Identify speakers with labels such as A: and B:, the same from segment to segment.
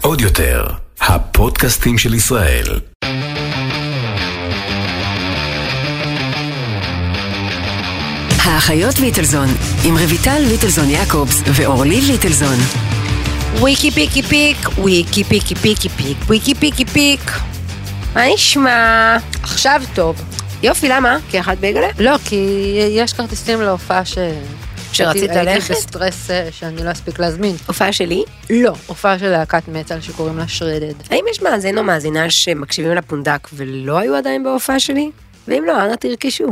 A: עוד יותר, הפודקאסטים של ישראל.
B: האחיות ליטלזון, עם רויטל ליטלזון יעקובס ואורלי ליטלזון.
C: וויקי פיקי פיק, וויקי פיקי פיקי פיק, וויקי פיקי פיק. מה נשמע?
D: עכשיו טוב.
C: יופי, למה? כי אחת בייגלה?
D: לא, כי יש כרטיסים להופעה ש...
C: שרצית
D: הייתי-
C: ללכת?
D: הייתי בסטרס אה, שאני לא אספיק להזמין.
C: הופעה שלי?
D: לא, הופעה של להקת מטאל שקוראים לה שרדד.
C: האם יש מאזין או מאזינה שמקשיבים לפונדק ולא היו עדיין בהופעה שלי? ואם לא, אנא תרכשו.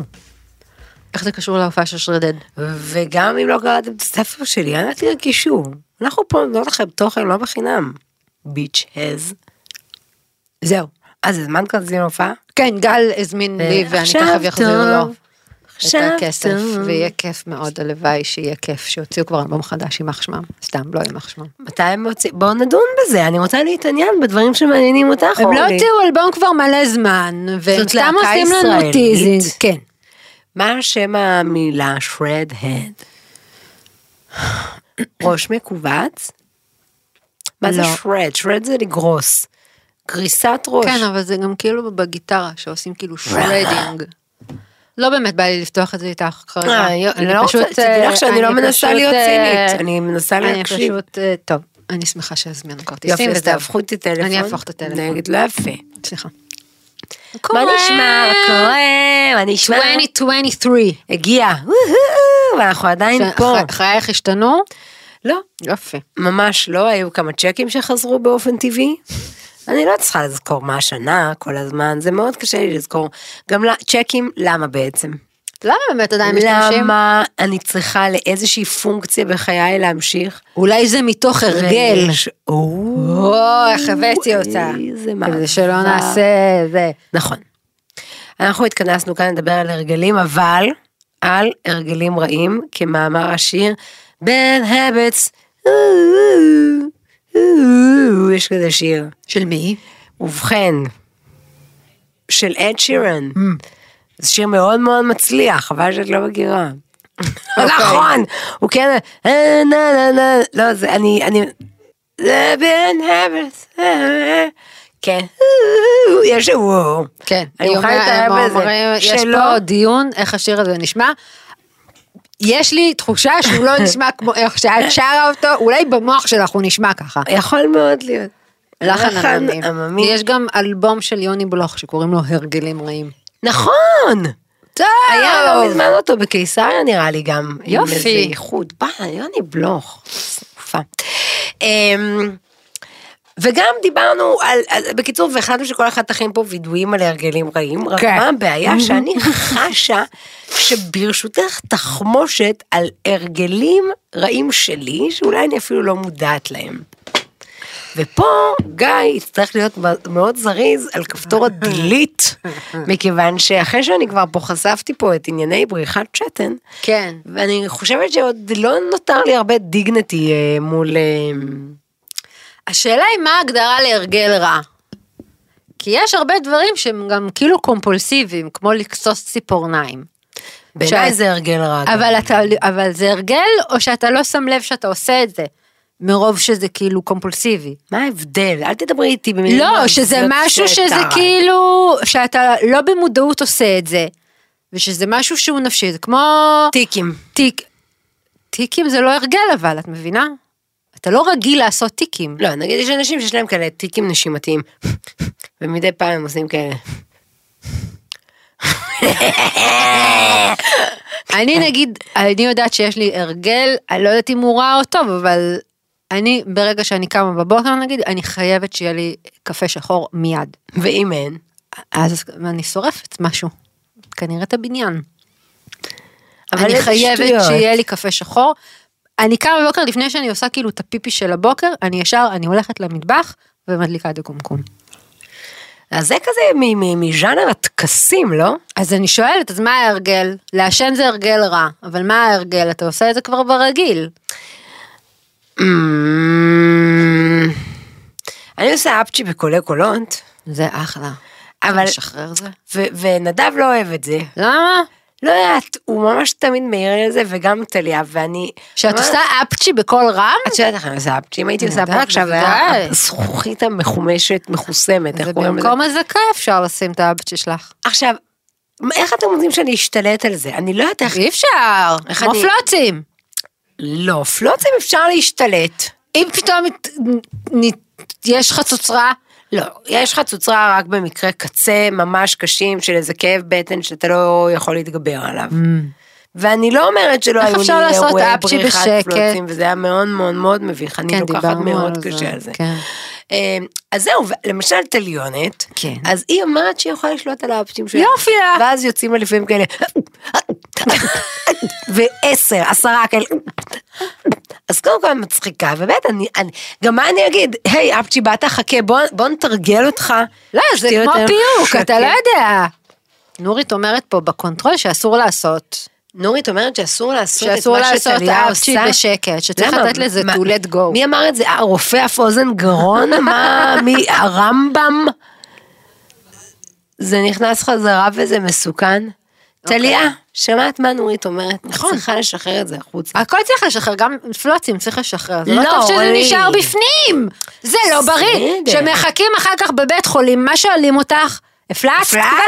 D: איך זה קשור להופעה של שרדד?
C: וגם אם לא קראתם את הספר שלי, אנא תרכשו. אנחנו פה נותנות לכם תוכן לא בחינם. ביץ' הז. זהו. אז הזמנת כזה להופעה?
D: כן, גל הזמין לי ואני
C: אה, עכשיו
D: תכף אחזיר לו
C: טוב.
D: את הכסף, ויהיה כיף מאוד, הלוואי שיהיה כיף שיוציאו כבר אלבום חדש, יימח שמם. סתם, לא יימח שמם.
C: מתי הם יוצאים? בואו נדון בזה, אני רוצה להתעניין בדברים שמעניינים אותך,
D: הם
C: אורלי.
D: לא הוציאו אלבום כבר מלא זמן, והם
C: זאת
D: סתם
C: להקה
D: עושים לנו
C: ישראלית.
D: טיזינג. כן.
C: מה שם המילה shred head? ראש מכווץ? מה זה
D: לא.
C: shred? shred זה לגרוס. גריסת ראש.
D: כן, אבל זה גם כאילו בגיטרה, שעושים כאילו שרדינג. לא באמת בא לי לפתוח את זה איתך כרגע.
C: אה, יו-
D: אני
C: לא רוצה-
D: פשוט,
C: תדעי לך שאני
D: אה,
C: לא
D: אני
C: מנסה
D: פשוט,
C: להיות
D: אה,
C: צינית, אני מנסה להקשיב.
D: אני פשוט, אה, טוב, אני שמחה שהזמינו כרטיסים.
C: יופי, אז
D: וזהו.
C: תהפכו את הטלפון.
D: אני אהפוך את הטלפון.
C: נגד, לא יפה.
D: סליחה.
C: מה נשמע? מה קורה? מה נשמע?
D: 2023.
C: הגיע. וואו, ואנחנו עדיין פה.
D: ח- חייך השתנו?
C: לא,
D: יופי.
C: ממש לא, היו כמה צ'קים שחזרו באופן טבעי. אני לא צריכה לזכור מה השנה כל הזמן, זה מאוד קשה לי לזכור. גם ל- צ'קים, למה בעצם?
D: למה באמת עדיין משתמשים?
C: למה אני צריכה לאיזושהי פונקציה בחיי להמשיך?
D: אולי זה מתוך הרגל.
C: ויש- או,
D: או, איך הבאתי אותה.
C: איזה מעבר.
D: כדי שלא נעשה זה.
C: נכון. אנחנו התכנסנו כאן לדבר על הרגלים, אבל על הרגלים רעים, כמאמר השיר Bad Habits. יש כזה שיר.
D: של מי?
C: ובכן, של אד שירן. זה שיר מאוד מאוד מצליח, חבל שאת לא מכירה.
D: אוקיי.
C: נכון, הוא כן, אה, נה נה נה, לא, זה, אני, אני, זה בן הבס, כן, יש, וואו.
D: כן,
C: אני
D: היא
C: מוכנה
D: אומרת,
C: להתערב
D: הם
C: בזה.
D: אומרים, יש
C: שלא-
D: פה דיון איך השיר הזה נשמע. יש לי תחושה שהוא לא נשמע כמו איך שאת שרה אותו, אולי במוח שלך הוא נשמע ככה.
C: יכול מאוד להיות.
D: לחן עממי. יש גם אלבום של יוני בלוך שקוראים לו הרגלים רעים.
C: נכון!
D: טוב!
C: היה לא מזמן אותו בקיסריה נראה לי גם. עם
D: יופי.
C: איזה איחוד. בא, יוני בלוך. סופה. אמ, וגם דיברנו על, על, בקיצור, והחלטנו שכל אחד תכין פה וידויים על הרגלים רעים, רק
D: כן.
C: מה הבעיה שאני חשה שברשותך תחמושת על הרגלים רעים שלי, שאולי אני אפילו לא מודעת להם. ופה גיא יצטרך להיות מאוד זריז על כפתור ה-delete, מכיוון שאחרי שאני כבר פה חשפתי פה את ענייני בריחת שתן,
D: כן.
C: ואני חושבת שעוד לא נותר לי הרבה דיגנטי אה, מול... אה,
D: השאלה היא מה ההגדרה להרגל רע. כי יש הרבה דברים שהם גם כאילו קומפולסיביים, כמו לכסוס ציפורניים.
C: בעיניי
D: שאת-
C: זה הרגל רע.
D: אבל, אתה, אבל זה הרגל, או שאתה לא שם לב שאתה עושה את זה, מרוב שזה כאילו קומפולסיבי.
C: מה ההבדל? אל תדברי איתי במילים.
D: לא,
C: מעליבות
D: שזה משהו שזה
C: טרה.
D: כאילו, שאתה לא במודעות עושה את זה, ושזה משהו שהוא נפשי, זה כמו
C: טיקים.
D: טיק. טיקים זה לא הרגל אבל, את מבינה? אתה לא רגיל לעשות טיקים.
C: לא, נגיד יש אנשים שיש להם כאלה טיקים נשימתיים, ומדי פעם הם עושים כאלה.
D: אני נגיד, אני יודעת שיש לי הרגל, אני לא יודעת אם הוא רע או טוב, אבל אני, ברגע שאני קמה בבוקר נגיד, אני חייבת שיהיה לי קפה שחור מיד.
C: ואם אין?
D: אז אני שורפת משהו, כנראה את הבניין.
C: אבל
D: אני
C: איזה
D: חייבת
C: שטויות.
D: שיהיה לי קפה שחור. אני קמה בבוקר לפני שאני עושה כאילו את הפיפי של הבוקר, אני ישר, אני הולכת למטבח ומדליקה את הקומקום.
C: אז זה כזה מ- מ- מז'אנר הטקסים, לא?
D: אז אני שואלת, אז מה ההרגל? לעשן זה הרגל רע, אבל מה ההרגל? אתה עושה את זה כבר ברגיל.
C: אמ, אני עושה אפצ'י בקולי קולות,
D: זה אחלה.
C: אבל...
D: משחרר זה?
C: ו- ונדב לא אוהב את זה.
D: למה?
C: לא יודעת, הוא ממש תמיד מעיר לי על זה, וגם טליה, ואני...
D: שאת
C: ממש-
D: עושה אפצ'י בקול רם?
C: את יודעת איך אני עושה אפצ'י, אם הייתי
D: אני
C: עושה אפצ'י
D: יודעת,
C: עכשיו,
D: בוודאי.
C: היה הזכוכית המחומשת, מחוסמת, איך
D: זה
C: קוראים לזה?
D: במקום הזקה אפשר לשים את האפצ'י שלך.
C: עכשיו, מה- איך אתם רוצים שאני אשתלט על זה? אני לא יודעת איך...
D: אי אפשר,
C: איך
D: כמו
C: אני-
D: פלוצים.
C: לא, פלוצים אפשר להשתלט.
D: אם פתאום נת- נת- יש חצוצרה,
C: לא, יש לך תוצרה רק במקרה קצה ממש קשים של איזה כאב בטן שאתה לא יכול להתגבר עליו. ואני לא אומרת שלא
D: Mm. איך
C: היו
D: אפשר
C: לי
D: לעשות
C: אירועי
D: אפצ'י
C: בריחת
D: בשקט?
C: פלוצים, וזה היה מאוד מאוד מאוד מביך, אני
D: כן,
C: לוקחת
D: דיברנו
C: מאוד
D: על זה,
C: קשה על זה.
D: כן.
C: אה, אז זהו, ו- למשל תליונת,
D: כן.
C: אז היא אומרת שהיא יכולה לשלוט על האפצ'ים שלה.
D: יופי לה.
C: ואז יוצאים לה לפעמים כאלה, ועשר, עשרה כאלה. אז קודם כל אני מצחיקה, ובאמת, אני, אני, גם מה אני אגיד, היי, אפצ'י, באת, חכה, בוא, בוא נתרגל אותך.
D: לא, זה
C: שתהיה
D: כמו
C: יותר
D: פיוק,
C: שקט."
D: אתה לא יודע. נורית אומרת פה בקונטרול שאסור לעשות.
C: נורית אומרת שאסור לעשות את
D: שאסור
C: מה
D: לעשות
C: שטליה עושה.
D: אפצ'י בשקט, שצריך
C: למה?
D: לתת לזה
C: מה-
D: to let go.
C: מי אמר את זה? אה, רופא אף אוזן גרון? מה, מי, הרמב"ם? זה נכנס חזרה וזה מסוכן.
D: אוקיי.
C: טליה, שמעת מה נורית אומרת? נכון. צריכה לשחרר את זה החוצה.
D: הכל צריך לשחרר, גם פלוצים צריך לשחרר, זה לא
C: לא,
D: טוב שזה
C: אוי.
D: נשאר בפנים, זה לא בריא,
C: בסדר.
D: שמחכים אחר כך בבית חולים, מה שואלים אותך? הפלצת כבר?
C: הפלצת,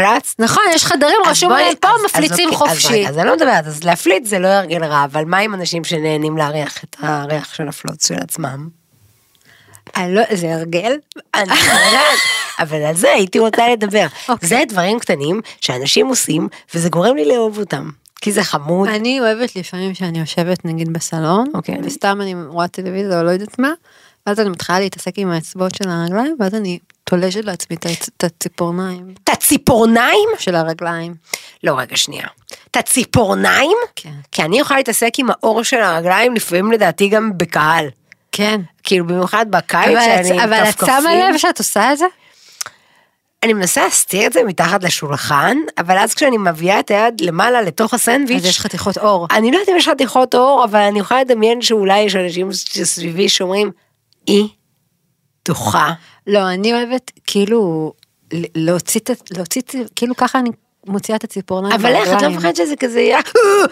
C: הפלצת.
D: נכון, יש חדרים,
C: אז
D: רשום
C: בואי-
D: עליהם פה,
C: אז- אז
D: מפליצים
C: אוקיי, אז
D: חופשי.
C: רגע, אז אני לא מדברת, אז להפליץ זה לא הרגל רע, אבל מה עם אנשים שנהנים להריח את הריח של הפלוץ של עצמם?
D: אני לא- זה הרגל?
C: אני יודעת, אבל על זה הייתי רוצה לדבר.
D: אוקיי.
C: זה דברים קטנים שאנשים עושים, וזה גורם לי לאהוב אותם. כי זה חמוד.
D: אני אוהבת לפעמים שאני יושבת נגיד בסלון,
C: אוקיי.
D: וסתם אני רואה טלוויזיה או לא יודעת מה, ואז אני מתחילה להתעסק עם האצבעות של הרגליים, ואז אני תולשת לעצמי את הצ- את הציפורניים
C: את הציפורניים?
D: של הרגליים.
C: לא, רגע, שנייה. את הציפורניים?
D: כן.
C: כי אני יכולה להתעסק עם האור של הרגליים, לפעמים לדעתי גם בקהל.
D: כן.
C: כאילו, במיוחד בקיץ,
D: אבל
C: שאני
D: את- אבל את שמה לב שאת עושה את זה?
C: אני מנסה להסתיר את זה מתחת לשולחן, אבל אז כשאני מביאה את היד למעלה לתוך הסנדוויץ',
D: אז יש חתיכות אור.
C: אני לא יודעת אם יש חתיכות אור, אבל אני יכולה לדמיין שאולי יש אנשים שסביבי שאומרים, היא דוחה.
D: לא, אני אוהבת כאילו ל- להוציא את, ה- להוציא את, כאילו ככה אני מוציאה את הציפורניים.
C: אבל איך, את לא
D: מהרגליים.
C: מפחדת שזה כזה, אה,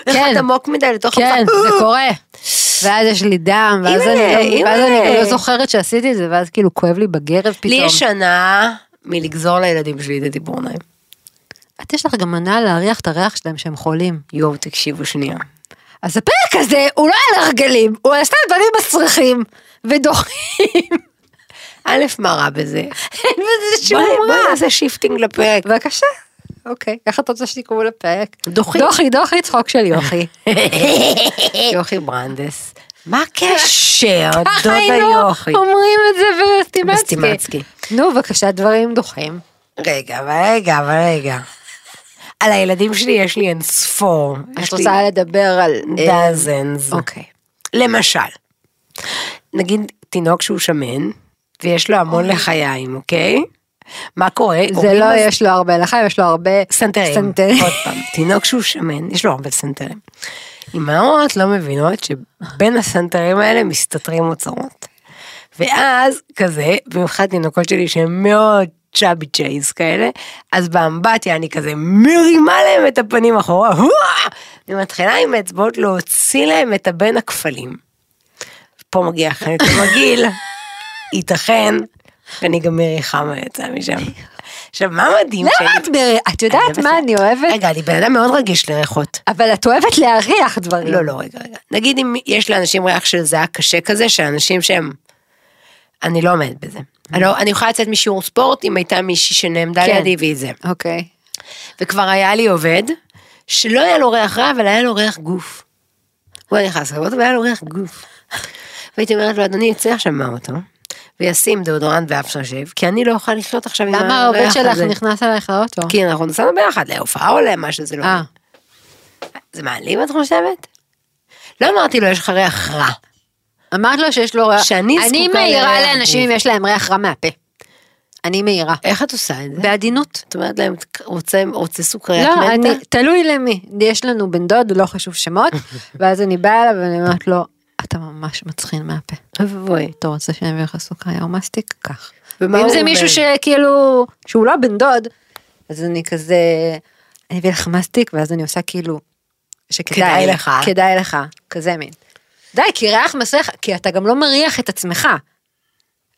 C: איך
D: כן.
C: את עמוק מדי לתוך
D: כן,
C: המפרק,
D: זה קורה. ואז יש לי דם, ואז
C: אימא'לה,
D: אני לא- ואז אני
C: אימא'לה.
D: לא זוכרת שעשיתי את זה, ואז כאילו כואב לי בגרב פתאום.
C: לי יש שנה מלגזור לילדים שלי את הדיבורניים.
D: את יש לך גם מנה להריח את הריח שלהם שהם חולים.
C: יואו, תקשיבו שנייה.
D: אז הפרק הזה הוא לא על הרגלים, הוא על סתם בנים מסריחים ודוחים.
C: א', מה רע בזה?
D: אין בזה שום
C: בואי בואי
D: רע.
C: נעשה שיפטינג לפרק.
D: בבקשה. אוקיי, ככה את רוצה שתקראו לפרק.
C: דוחי.
D: דוחי, דוחי, צחוק של יוחי.
C: יוכי ברנדס, מה הקשר,
D: אה. ככה
C: דודה
D: היינו
C: יוכי?
D: אומרים את זה בסטימצקי.
C: בסטימצקי.
D: נו, בבקשה, דברים דוחים.
C: רגע, אבל רגע, אבל רגע. על הילדים שלי יש לי אין ספור.
D: את רוצה לדבר על... אה,
C: דאזנס.
D: אוקיי.
C: למשל, נגיד תינוק שהוא שמן, ויש לו המון לחיים, אוקיי? מה קורה?
D: זה
C: הורים
D: לא
C: אז-
D: יש לו הרבה לחיים, יש לו הרבה...
C: סנטרים.
D: סנטרים.
C: עוד פעם, תינוק שהוא שמן, יש לו הרבה סנטרים. אמהות לא מבינות שבין הסנטרים האלה מסתתרים אוצרות. ואז כזה, במיוחד תינוקות שלי שהם מאוד צ'אבי צ'ייז כאלה, אז באמבטיה אני כזה מרימה להם את הפנים אחורה, הואה! ומתחילה עם האצבעות להוציא להם את הבין הכפלים. פה מגיע חלק המגעיל, ייתכן, אני גם מריחה מהיצע משם. עכשיו, מה מדהים
D: למה לא, את מרי... את יודעת
C: אני
D: מה
C: בסדר.
D: אני אוהבת?
C: רגע, אני בן אדם מאוד רגיש לריחות.
D: אבל את אוהבת להריח דברים.
C: לא, לא, רגע, רגע. נגיד אם יש לאנשים ריח של זיעה קשה כזה, שאנשים שהם... אני לא עומדת בזה. אני, לא, אני יכולה לצאת משיעור ספורט אם הייתה מישהי שנעמדה
D: כן.
C: לידי והיא זה.
D: אוקיי.
C: וכבר היה לי עובד, שלא היה לו ריח רע, אבל היה לו ריח גוף. הוא היה נכנס לאוטו והיה לו ריח גוף. והייתי אומרת לו, אדוני, יצא עכשיו מהאוטו, וישים דאודורנט ואף שרשב, כי אני לא אוכל לחיות עכשיו עם
D: למה העובד
C: הריח
D: שלך
C: הזה.
D: נכנס אלייך לאוטו?
C: כי אנחנו נסענו ביחד להופעה או למה שזה לא.
D: אה,
C: יהיה. זה מעליב את חושבת? לא אמרתי לו יש לך ריח רע.
D: אמרת לו שיש לו ריח...
C: שאני
D: אני
C: זקוקה
D: מעירה
C: לריח
D: לאנשים אם
C: גוף.
D: יש להם ריח רע מהפה. אני מעירה.
C: איך את עושה את זה?
D: בעדינות.
C: את אומרת להם רוצה, רוצה סוכריית
D: לא,
C: מנטה?
D: אני, תלוי למי. יש לנו בן דוד, לא חשוב שמות, ואז אני באה אליו ואני אומרת לו, אתה ממש מצחין מהפה.
C: אבוי.
D: אתה רוצה שאני אביא לך סוכריה או מסטיק? קח.
C: ומה
D: ואם
C: הוא
D: זה
C: אומר?
D: מישהו שכאילו, שהוא לא בן דוד, אז אני כזה, אני אביא לך מסטיק, ואז אני עושה כאילו, שכדאי
C: כדאי לך.
D: כדאי לך, כזה מין. די, כי ריח מסריח, כי אתה גם לא מריח את עצמך.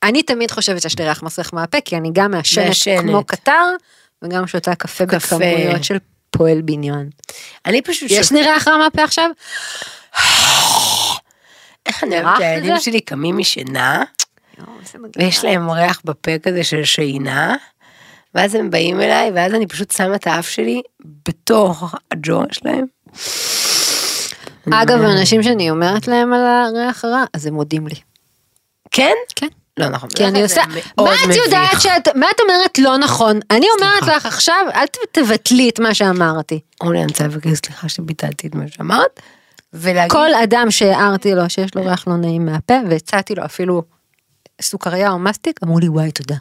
D: אני תמיד חושבת שיש לי ריח מסריח מהפה, כי אני גם מעשנת,
C: מעשנת.
D: כמו קטר, וגם שותה קפה,
C: קפה.
D: בכמויות של פועל בניין.
C: אני פשוט...
D: יש לי ריח רע מהפה עכשיו?
C: איך אני
D: רך
C: אוהבת שהילדים
D: כזה?
C: שלי קמים משינה, ויש
D: אה.
C: להם ריח בפה כזה של שינה, ואז הם באים אליי, ואז אני פשוט שמה את האף שלי בתוך הג'ורה שלהם.
D: אגב, אנשים שאני אומרת להם על הריח הרע, אז הם מודים לי.
C: כן?
D: כן.
C: לא נכון.
D: כי אני
C: זה
D: עושה,
C: מאוד
D: מה את
C: מביך.
D: יודעת שאת, מה את אומרת לא נכון? אני אומרת לך עכשיו, אל ת- תבטלי את מה שאמרתי.
C: אורלי, אני רוצה לבקש סליחה שביטלתי את מה שאמרת, ולהגיד...
D: כל אדם שהערתי לו שיש לו ריח לא נעים מהפה, והצעתי לו אפילו סוכריה או מסטיק, אמרו לי וואי תודה.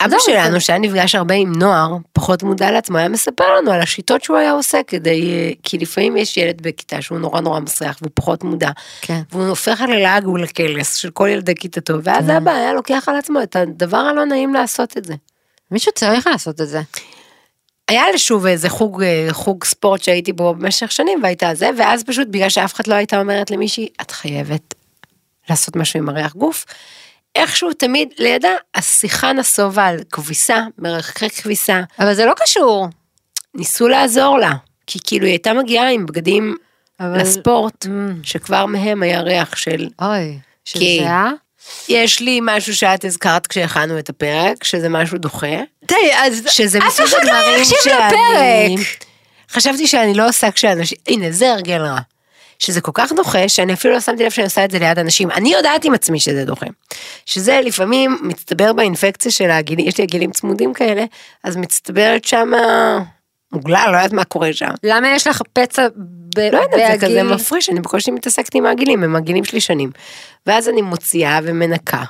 C: אבא
D: זהו, זה-
C: שלנו, שהיה נפגש הרבה עם נוער, פחות מודע לעצמו, היה מספר לנו על השיטות שהוא היה עושה כדי... אה, כי לפעמים יש ילד בכיתה שהוא נורא נורא מסריח והוא פחות מודע.
D: כן.
C: והוא הופך ללעג ולקלס של כל ילדי כיתתו, ואז
D: כן.
C: אבא היה לוקח על עצמו את הדבר הלא נעים לעשות את זה.
D: מישהו צריך לעשות את זה.
C: היה לי שוב איזה חוג, אה, חוג ספורט שהייתי בו במשך שנים והייתה זה, ואז פשוט בגלל שאף אחת לא הייתה אומרת למישהי, את חייבת לעשות משהו עם הריח גוף. איכשהו תמיד לידה השיחה נסובה על כביסה, מרחקי כביסה,
D: אבל זה לא קשור.
C: ניסו לעזור לה, כי כאילו היא הייתה מגיעה עם בגדים
D: אבל-
C: לספורט,
D: Mm.
C: שכבר מהם היה ריח של
D: אוי, שזה
C: כי-
D: היה?
C: יש לי משהו שאת הזכרת כשהכנו את הפרק, שזה משהו דוחה.
D: די, אז
C: שזה
D: אף
C: מסוג
D: אחד לא
C: הדברים
D: יקשיב
C: שאני...
D: לפרק.
C: חשבתי שאני לא עושה כשאנשים... הנה, זה הרגל רע. שזה כל כך דוחה, שאני אפילו לא שמתי לב שאני עושה את זה ליד אנשים. אני יודעת עם עצמי שזה דוחה. שזה לפעמים מצטבר באינפקציה של הגילים, יש לי הגילים צמודים כאלה, אז מצטברת שמה... מוגלה, לא יודעת מה קורה שם.
D: למה יש לך פצע ב-
C: לא יודעת, זה כזה
D: בהגיל?
C: מפריש, אני בקושי מתעסקת עם העגילים, הם הגילים שלי שונים. ואז אני מוציאה ומנקה.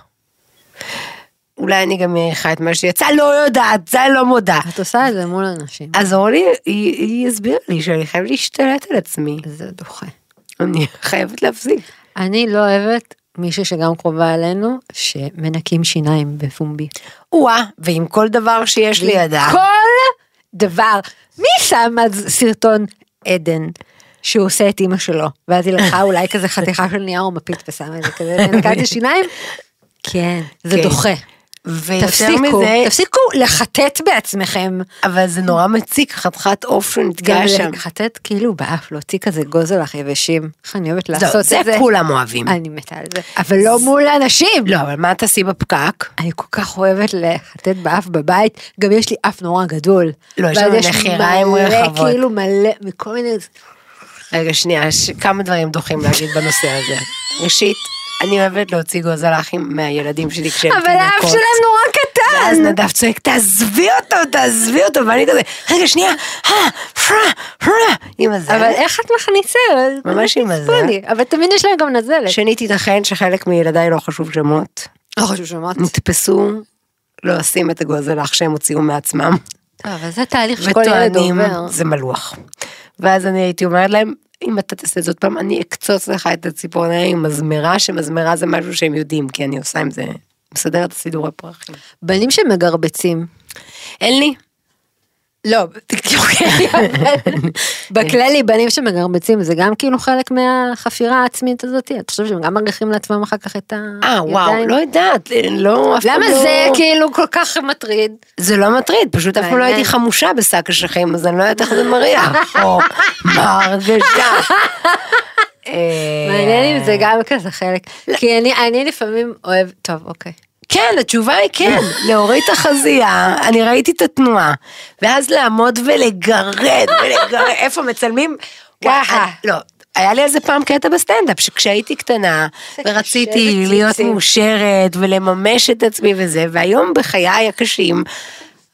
C: אולי אני גם אעריכה את מה שיצא, לא יודעת, זה לא מודה.
D: את עושה את זה מול אנשים.
C: אז אורלי, היא, היא הסבירה לי שאני חייבת להשתלט על עצמי.
D: זה דוחה.
C: אני חייבת להפסיק.
D: אני לא אוהבת מישהי שגם קרובה אלינו, שמנקים שיניים בפומבי.
C: או-אה, ועם כל דבר שיש לידה.
D: כל דבר. מי שם אז סרטון עדן? שהוא עושה את אימא שלו, ואז היא לקחה אולי כזה חתיכה של נייר ומפית ושמה את זה כזה, מנקה את השיניים? כן, זה
C: כן.
D: דוחה.
C: ויותר
D: תפסיקו,
C: מזה,
D: תפסיקו לחטט בעצמם.
C: אבל זה נורא מציק, חתיכת עוף
D: גם
C: שנתגעה שם.
D: לחטט כאילו באף, להוציא כזה גוזלח יבשים. איך אני אוהבת
C: זהו,
D: לעשות את
C: לא, זה
D: זה.
C: כולם אוהבים.
D: אני מתה על זה. אבל לא מול אנשים.
C: לא, אבל מה תעשי בפקק?
D: אני כל כך אוהבת לחטט באף בבית, גם יש לי אף נורא גדול.
C: לא, יש
D: ואז
C: לנו נחיריים רחבות.
D: מלא, כאילו מלא, מכל מיני...
C: רגע, שנייה, יש כמה דברים דוחים להגיד בנושא הזה. ראשית, אני אוהבת להוציא גוזלחים מהילדים שלי כשהם
D: אבל האף
C: כן, תינוקות.
D: שלהם נורא
C: ואז
D: קטן.
C: נדב צועק, תעזבי אותו, תעזבי אותו, ואני כזה, רגע, שנייה, הא, פרה, פרה, עם
D: אבל
C: הזלת.
D: איך את מכניסה?
C: ממש עם הזה.
D: עצבני. אבל תמיד יש להם גם נזלת.
C: שנית, ייתכן שחלק מילדיי לא חשוב שמות,
D: לא חשוב שמות.
C: נתפסו, לא עושים את הגוזלח שהם הוציאו מעצמם, אה,
D: אבל זה תהליך שכל ילד
C: וטוענים,
D: עובר.
C: זה מלוח. ואז אני הייתי אומרת להם, אם אתה תעשה זאת פעם, אני אקצוץ לך את הציפורניים עם מזמרה, שמזמרה זה משהו שהם יודעים, כי אני עושה עם זה, מסדרת סידורי פרחים.
D: בנים שמגרבצים.
C: אין לי.
D: לא, אוקיי, אבל בכללי בנים שמגרבצים זה גם כאילו חלק מהחפירה העצמית הזאת, אתה חושב שהם גם מריחים לעצמם אחר כך את ה...
C: אה, וואו,
D: ידיים?
C: לא יודעת, לא, אף פעם
D: למה
C: לא...
D: זה כאילו כל כך מטריד?
C: זה לא מטריד, פשוט אף פעם לא
D: מעניין.
C: הייתי חמושה בשק אשכים, אז אני לא יודעת איך זה מריח, או מה הרגשה. אה,
D: מעניין אם זה גם כזה חלק.
C: לא.
D: כי אני, אני לפעמים אוהב, טוב אוקיי.
C: כן, התשובה היא כן, להוריד את החזייה, אני ראיתי את התנועה, ואז לעמוד ולגרד, ולגרד, איפה מצלמים? וואי,
D: ככה.
C: אני- לא. היה לי איזה פעם קטע בסטנדאפ, שכשהייתי קטנה,
D: קשה
C: ורציתי
D: בציצים.
C: להיות מאושרת ולממש את עצמי וזה, והיום בחיי הקשים,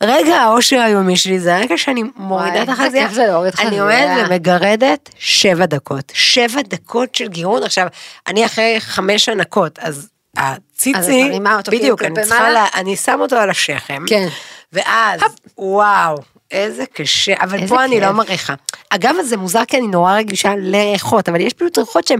C: רגע האושר היומי שלי זה הרגע שאני מורידה את
D: איזה
C: החזייה,
D: כיף זה להוריד
C: אני
D: חזייה.
C: עומדת ומגרדת שבע דקות, שבע דקות של גירון, עכשיו, אני אחרי חמש הנקות, אז
D: אז
C: הציצי,
D: את מרימה אותו כאילו
C: בדיוק, אני
D: כלפי
C: צריכה,
D: מעלה?
C: לה, אני שם אותו על השכם,
D: כן.
C: ואז, וואו, איזה קשה, אבל
D: איזה
C: פה אני
D: כיף.
C: לא מריחה. אגב, זה מוזר כי אני נורא רגישה לריחות, אבל יש פשוט ריחות שהם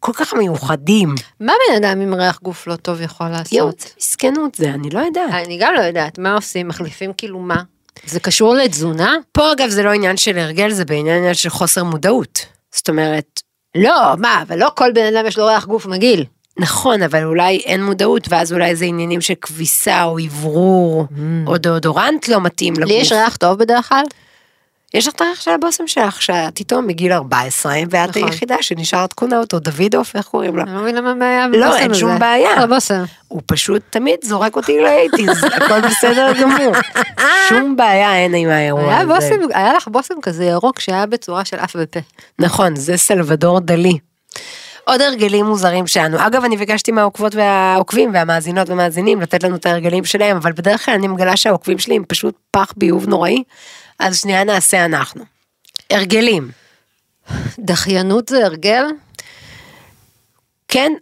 C: כל כך מיוחדים.
D: מה בן אדם עם ריח גוף לא טוב יכול לעשות? אה.
C: יואו, זה מסכנות זה, אני לא יודעת.
D: אני גם לא יודעת, מה עושים? מחליפים כאילו מה? זה קשור לתזונה?
C: פה אגב זה לא עניין של הרגל, זה בעניין של חוסר מודעות. זאת אומרת,
D: לא, מה, אבל לא כל בן אדם יש לו ריח גוף מגעיל.
C: נכון, אבל אולי אין מודעות, ואז אולי זה עניינים של כביסה או אוורור, או דאודורנט לא מתאים לגוף.
D: Mm. לי יש ריח טוב בדרך כלל?
C: יש לך את הריח של הבושם שלך, שאת איתו מגיל 14, ואת
D: נכון.
C: היחידה שנשארת קונה אותו, דוידוף, איך קוראים לה?
D: אני לא מבינה מה הבעיה
C: לא, אין שום בעיה.
D: על הבושם.
C: הוא פשוט תמיד זורק אותי לאייטיז, הכל בסדר גמור. שום בעיה אין עם האירוע
D: היה,
C: הזה.
D: בושם, היה לך בושם כזה ירוק שהיה בצורה של אף ופה.
C: נכון, זה סלבדור דלי. עוד הרגלים מוזרים שלנו. אגב, אני ביקשתי מהעוקבות והעוקבים והמאזינות והמאזינים לתת לנו את ההרגלים שלהם, אבל בדרך כלל אני מגלה שהעוקבים שלי הם פשוט פח ביוב נוראי, אז שנייה נעשה אנחנו. הרגלים.
D: דחיינות זה הרגל?
C: כן,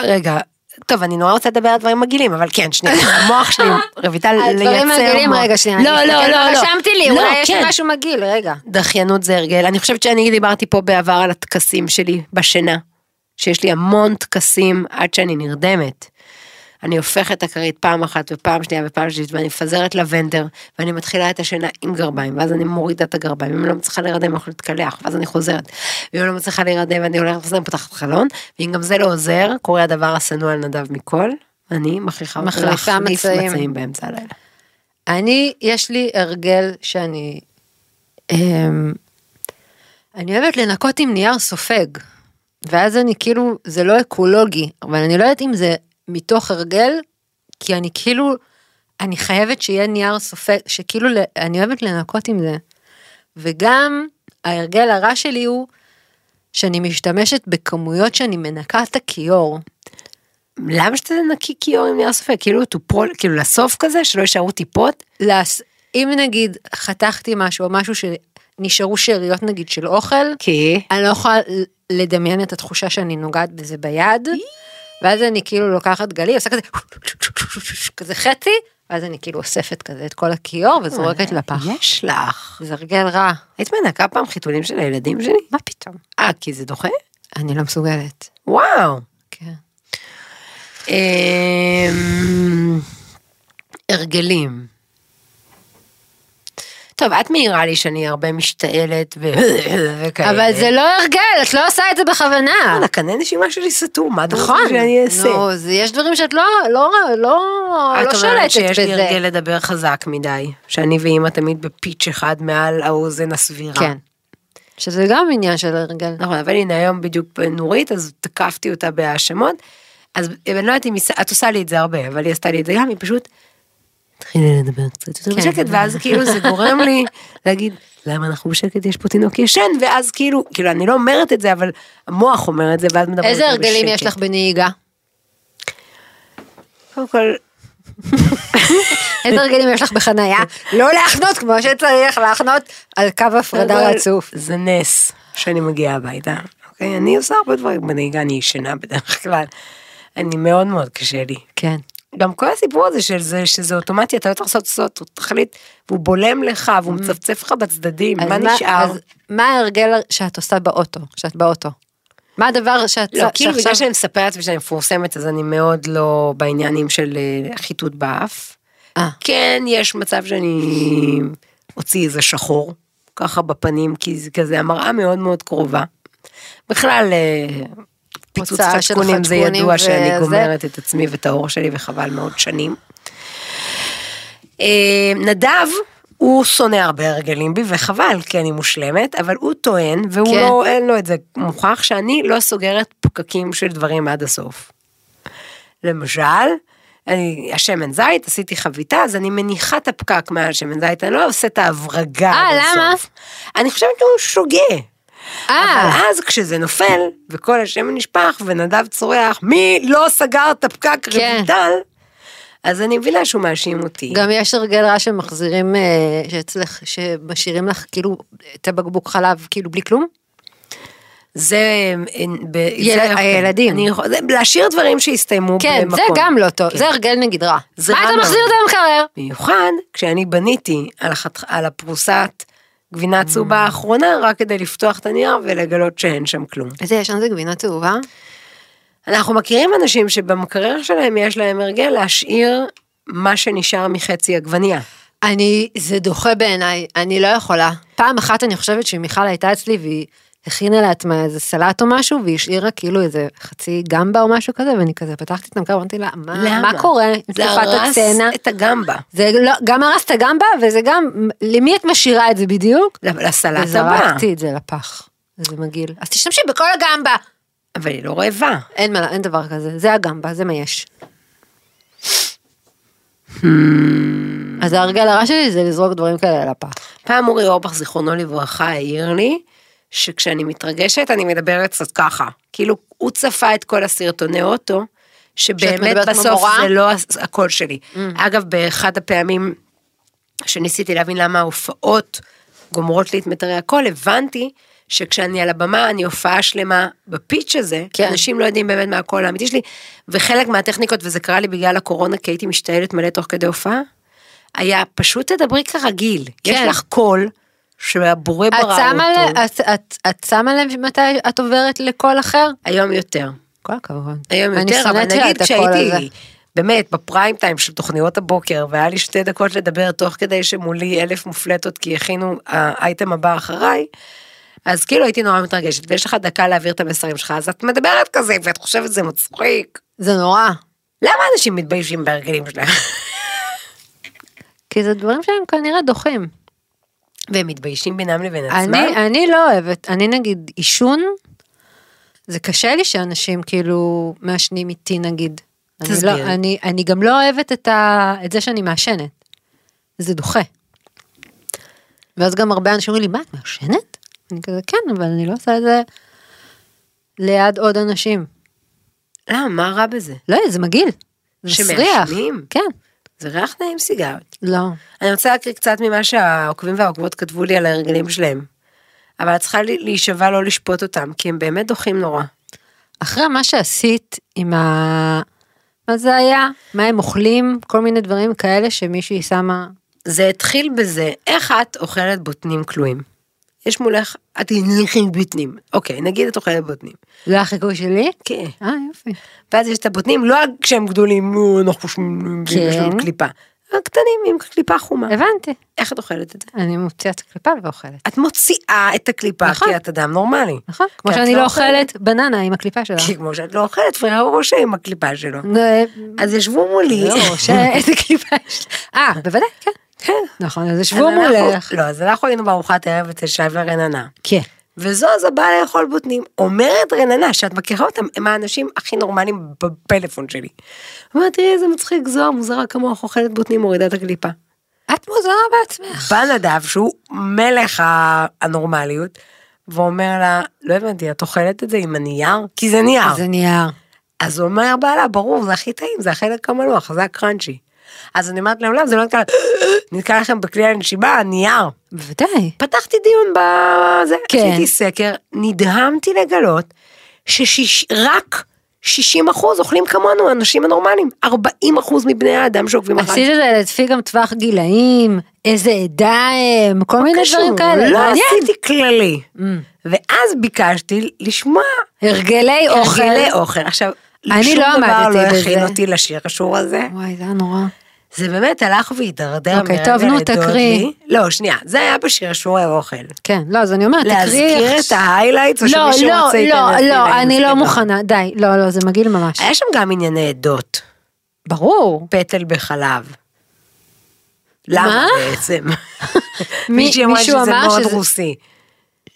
C: רגע, טוב, אני נורא רוצה לדבר על דברים מגעילים, אבל כן, שנייה, המוח שלי, רויטל, לייצר מוח.
D: הדברים הרגילים, רגע שנייה.
C: לא,
D: אני
C: לא,
D: מסתכלת,
C: לא, לא.
D: רשמתי לי,
C: לא,
D: אולי יש
C: כן.
D: משהו מגעיל, רגע.
C: דחיינות זה הרגל. אני חושבת שאני דיברתי פה בעבר על הטקסים שלי בשינה, שיש לי המון טקסים עד שאני נרדמת. אני הופכת את הכרית פעם אחת ופעם שנייה ופעם שלישית ואני מפזרת לבנדר ואני מתחילה את השינה עם גרביים ואז אני מורידה את הגרביים אם לא מצליחה להירדם אני יכולה להתקלח ואז אני חוזרת ואם לא מצליחה להירדם אני הולכת לחזור פותחת חלון ואם גם זה לא עוזר קורה הדבר השנוא על נדב מכל אני מכריחה אותך
D: מחליפה
C: להחליף
D: מצעים.
C: מצעים באמצע הלילה.
D: אני, יש לי הרגל שאני... אמ, אני אוהבת לנקות עם נייר סופג, ואז אני כאילו, זה לא אקולוגי, אבל אני לא יודעת אם זה מתוך הרגל, כי אני כאילו, אני חייבת שיהיה נייר סופג, שכאילו, ל- אני אוהבת לנקות עם זה. וגם ההרגל הרע שלי הוא שאני משתמשת בכמויות שאני מנקה את הכיור.
C: למה שאתה נקי כיור עם נייר סופג? כאילו טופול, כאילו לסוף כזה, שלא יישארו טיפות?
D: לס- אם נגיד חתכתי משהו או משהו שנשארו שאריות נגיד של אוכל,
C: כי...
D: אני לא יכולה ל- לדמיין את התחושה שאני נוגעת בזה ביד, ואז אני כאילו לוקחת גלי, עושה כזה, כזה חצי, ואז אני כאילו אוספת כזה את כל הכיור וזורקת לפח.
C: אה, יש לך.
D: זה הרגל רע.
C: היית מנקה פעם חיתולים של הילדים שלי?
D: מה פתאום?
C: אה, כי זה דוחה?
D: אני לא מסוגלת.
C: וואו.
D: כן.
C: אמ, הרגלים. טוב, את מעירה לי שאני הרבה משתעלת ו- וכאלה.
D: אבל זה לא הרגל, את לא עושה את זה בכוונה.
C: וואלה, קנה נשימה שלי סתום, מה אתה רוצה
D: נכון.
C: אה, נכון. שאני אעשה?
D: נו, זה- יש דברים שאת לא, לא, לא, לא
C: את אומרת
D: שולטת
C: שיש לי הרגל
D: בזה.
C: לדבר חזק מדי, שאני ואימא תמיד בפיץ' אחד מעל האוזן הסבירה.
D: כן. שזה גם עניין של הרגל.
C: נכון, אבל הנה היום בדיוק נורית, אז תקפתי אותה בהאשמות. אז אני לא יודעת אם היא, ס- את עושה לי את זה הרבה, אבל היא עשתה לי את זה גם, היא פשוט התחילה לדבר קצת יותר
D: כן.
C: בשקט, ואז כאילו זה גורם לי להגיד, למה אנחנו בשקט, יש פה תינוק ישן, ואז כאילו, כאילו אני לא אומרת את זה, אבל המוח אומר את זה, ואז מדברים
D: איזה
C: יותר
D: הרגלים
C: בשקט.
D: יש לך בנהיגה?
C: קודם כל,
D: איזה הרגלים יש לך בחנייה? לא להחנות כמו שצריך להחנות על קו הפרדה
C: אבל
D: רצוף.
C: זה נס שאני מגיעה הביתה. אוקיי, אני עושה הרבה דברים בנהיגה, אני ישנה בדרך כלל. אני מאוד מאוד קשה לי.
D: כן.
C: גם כל הסיפור הזה של זה, שזה אוטומטי, אתה לא צריך לעשות לעשות, הוא תחליט, והוא בולם לך, והוא מצפצף לך בצדדים, מה נשאר?
D: מה ההרגל שאת עושה באוטו, כשאת באוטו? מה הדבר שאת...
C: לא, כאילו
D: שעכשיו-
C: בגלל שאני מספרת ושאני מפורסמת, אז אני מאוד לא בעניינים של אה, חיטוט באף.
D: אה,
C: כן, יש מצב שאני אוציא איזה שחור, ככה בפנים, כי זה כזה, המראה מאוד מאוד קרובה. בכלל, אה, פיצוץ
D: הוצאה של
C: חדשקונים זה
D: חדשקונים
C: ידוע שאני
D: וזה.
C: גומרת את עצמי ואת העור שלי, וחבל מאוד שנים. אה, נדב, הוא שונא הרבה הרגלים בי, וחבל, כי אני מושלמת, אבל הוא טוען, והוא
D: כן.
C: לא, אין לו את זה מוכח, שאני לא סוגרת פקקים של דברים עד הסוף. למשל, אני, השמן זית, עשיתי חביתה, אז אני מניחה את הפקק מעל השמן זית, אני לא עושה את ההברגה
D: אה,
C: עד הסוף.
D: למה?
C: אני חושבת שהוא שוגה.
D: אה,
C: אבל אז כשזה נופל, וכל השמן נשפך, ונדב צורח, מי לא סגר את הפקק
D: כן.
C: רויטל? אז אני מבינה שהוא מאשים אותי.
D: גם יש הרגל רע שמחזירים, אה, שאצלך, שמשאירים לך כאילו את הבקבוק חלב כאילו בלי כלום?
C: זה... אה, ב-
D: יל-
C: זה-
D: הילדים.
C: אני יכול- זה- להשאיר דברים שהסתיימו
D: כן,
C: במקום.
D: זה גם לא טוב,
C: כן.
D: זה הרגל נגיד רע.
C: זה
D: מה
C: רע
D: אתה
C: מאוד.
D: מחזיר את המקרר?
C: במיוחד כשאני בניתי על, החת... על הפרוסת גבינה
D: Mm.
C: צהובה האחרונה, רק כדי לפתוח את הנייר ולגלות שאין שם כלום.
D: איזה ישן זה גבינה צהובה?
C: אנחנו מכירים אנשים שבמקרר שלהם יש להם הרגל להשאיר מה שנשאר מחצי עגבנייה.
D: אני, זה דוחה בעיניי, אני לא יכולה. פעם אחת אני חושבת שמיכל הייתה אצלי והיא הכינה לעצמה איזה סלט או משהו, והיא השאירה כאילו איזה חצי גמבה או משהו כזה, ואני כזה פתחתי את המקרא, אמרתי לה, מה,
C: למה?
D: מה קורה עם
C: זה
D: תקופת
C: הרס
D: הצנע?
C: את הגמבה.
D: זה לא, גם הרס את הגמבה, וזה גם, למי את משאירה את זה בדיוק?
C: לסלט הבא.
D: וזרקתי את זה לפח. זה מגעיל. אז תשתמשי בכל הגמבה.
C: אבל היא לא רעבה.
D: אין מה, אין דבר כזה, זה הגמבה, זה מה יש.
C: Hmm.
D: אז ההרגל הרע שלי זה לזרוק דברים כאלה על הפח.
C: פעם אורי אורבך, זיכרונו לברכה, העיר לי, שכשאני מתרגשת אני מדברת קצת ככה. כאילו, הוא צפה את כל הסרטוני אוטו, שבאמת
D: מדברת כמו
C: בסוף
D: מורה? Mm.
C: זה לא הס- הקול שלי. אגב, באחד הפעמים שניסיתי להבין למה ההופעות גומרות לי את מיתרי הקול, הבנתי שכשאני על הבמה אני הופעה שלמה בפיץ' הזה,
D: כן.
C: כן. אנשים לא יודעים באמת מה הקול האמיתי שלי, וחלק מהטכניקות, וזה קרה לי בגלל הקורונה, כי הייתי משתעלת מלא תוך כדי הופעה, היה פשוט תדברי כרגיל, כן. יש
D: כן.
C: לך קול שהבורא
D: את
C: ברא
D: שמה לב-
C: אותו,
D: את- את- את שמה לב מתי את עוברת לקול אחר?
C: היום יותר,
D: כל הכבוד.
C: היום
D: אני
C: יותר, אבל
D: שונאת שאת
C: נגיד
D: הקול הזה.
C: כשהייתי, באמת, בפריים טיים של תוכניות הבוקר, והיה לי שתי דקות לדבר תוך כדי שמולי אלף מופלטות, כי הכינו האייטם הבא אחריי, אז כאילו הייתי נורא מתרגשת, ויש לך דקה להעביר את המסרים שלך, אז את מדברת כזה, ואת חושבת זה מצחיק.
D: זה נורא.
C: למה אנשים מתביישים בהרגלים שלהם?
D: כי זה דברים שהם כנראה דוחים.
C: והם מתביישים בינם לבין עצמם?
D: אני, אני לא אוהבת, אני נגיד עישון, זה קשה לי שאנשים כאילו מעשנים איתי נגיד. אני
C: תסביר.
D: לא, אני, אני גם לא אוהבת את, ה, את זה שאני מעשנת. זה דוחה. ואז גם הרבה אנשים אומרים לי, מה את מעשנת? אני כזה, כן, אבל אני לא עושה את זה ליד עוד אנשים.
C: למה, מה רע בזה?
D: לא, זה מגעיל. זה מסריח.
C: שמעשנים?
D: כן.
C: זה ריח נעים סיגרת.
D: לא.
C: אני רוצה להקריא קצת ממה שהעוקבים והעוקבות כתבו לי על ההרגלים שלהם. אבל את צריכה לי- להישבע לא לשפוט אותם, כי הם באמת דוחים נורא.
D: אחרי מה שעשית עם ה... מה זה היה? מה הם אוכלים? כל מיני דברים כאלה שמישהי שמה...
C: זה התחיל בזה, איך את אוכלת בוטנים כלואים? יש מולך, את אינכי בוטנים. אוקיי, נגיד את אוכלת בוטנים.
D: זה החיקוי שלי?
C: כן.
D: אה, יופי.
C: ואז יש את הבוטנים, לא כשהם גדולים, נו, אנחנו חושבים,
D: כן.
C: יש לנו קליפה. הקטנים עם קליפה חומה.
D: הבנתי.
C: איך את אוכלת את זה?
D: אני מוציאה את הקליפה ואוכלת.
C: את מוציאה את הקליפה,
D: נכון.
C: כי את אדם נורמלי.
D: נכון?
C: כי
D: כמו
C: את
D: שאני לא אוכלת בננה עם הקליפה שלה.
C: כי כמו שאת לא אוכלת, פרעו ראשה עם הקליפה שלו.
D: זה-
C: אז ישבו מולי.
D: נכון. לא, שאיזה קליפה יש לה. אה, בוודאי, כן. נכון, אז ישבו
C: אז אנחנו-
D: מולך.
C: לא, אז אנחנו היינו בארוחת ערב אצל שי ורננה.
D: כן.
C: וזוזה באה לאכול בוטנים. אומרת רננה, שאת מכירה אותם, הם האנשים הכי נורמליים בפלאפון שלי. אומרת, תראי איזה מצחיק, זוהר מוזרה כמוך, אוכלת בוטנים, מורידה את הקליפה.
D: את מוזרה בעצמך.
C: בא נדב, שהוא מלך ה- הנורמליות, ואומר לה, לא הבנתי, את אוכלת את זה עם הנייר? כי זה נייר.
D: זה נייר.
C: אז הוא אומר בעלה, ברור, זה הכי טעים, זה החלק המלוח, זה הקראנצ'י. אז אני אומרת להם, למה זה לא נתקע, נתקע לכם בכלי הנשימה, הנייר.
D: בוודאי.
C: פתחתי דיון בזה,
D: כן.
C: עשיתי סקר, נדהמתי לגלות שרק 60 אחוז אוכלים כמונו, האנשים הנורמליים, 40 אחוז מבני האדם שעוקבים אחר
D: עשית את זה לפי גם טווח גילאים, איזה עדה הם, כל מיני דברים כאלה.
C: לא
D: מעניין. Mm.
C: עשיתי כללי. ואז ביקשתי לשמוע
D: הרגלי אוכל.
C: הרגלי אוכל. עכשיו,
D: אני
C: שום
D: לא
C: דבר
D: עמדתי
C: לא
D: בזה.
C: הכין אותי לשיר השור הזה.
D: וואי, זה היה נורא.
C: זה באמת הלך והידרדר
D: אוקיי,
C: מרגע
D: טוב, נו,
C: לדוד
D: תקריא.
C: לי. לא, שנייה, זה היה בשיר שיעורי אוכל.
D: כן, לא, אז אני אומרת, תקריא.
C: להזכיר את ההיילייטס, או
D: לא,
C: שמישהו
D: לא,
C: רוצה להיכנס
D: לא,
C: אליי
D: לא, אני לא
C: לסרטון?
D: מוכנה, די, לא, לא, זה מגעיל ממש.
C: היה שם גם ענייני עדות,
D: ברור.
C: פטל בחלב. למה
D: מה?
C: בעצם?
D: מי-
C: מישהי אמרה
D: מישהו
C: שזה
D: אמר
C: מאוד
D: שזה-
C: רוסי.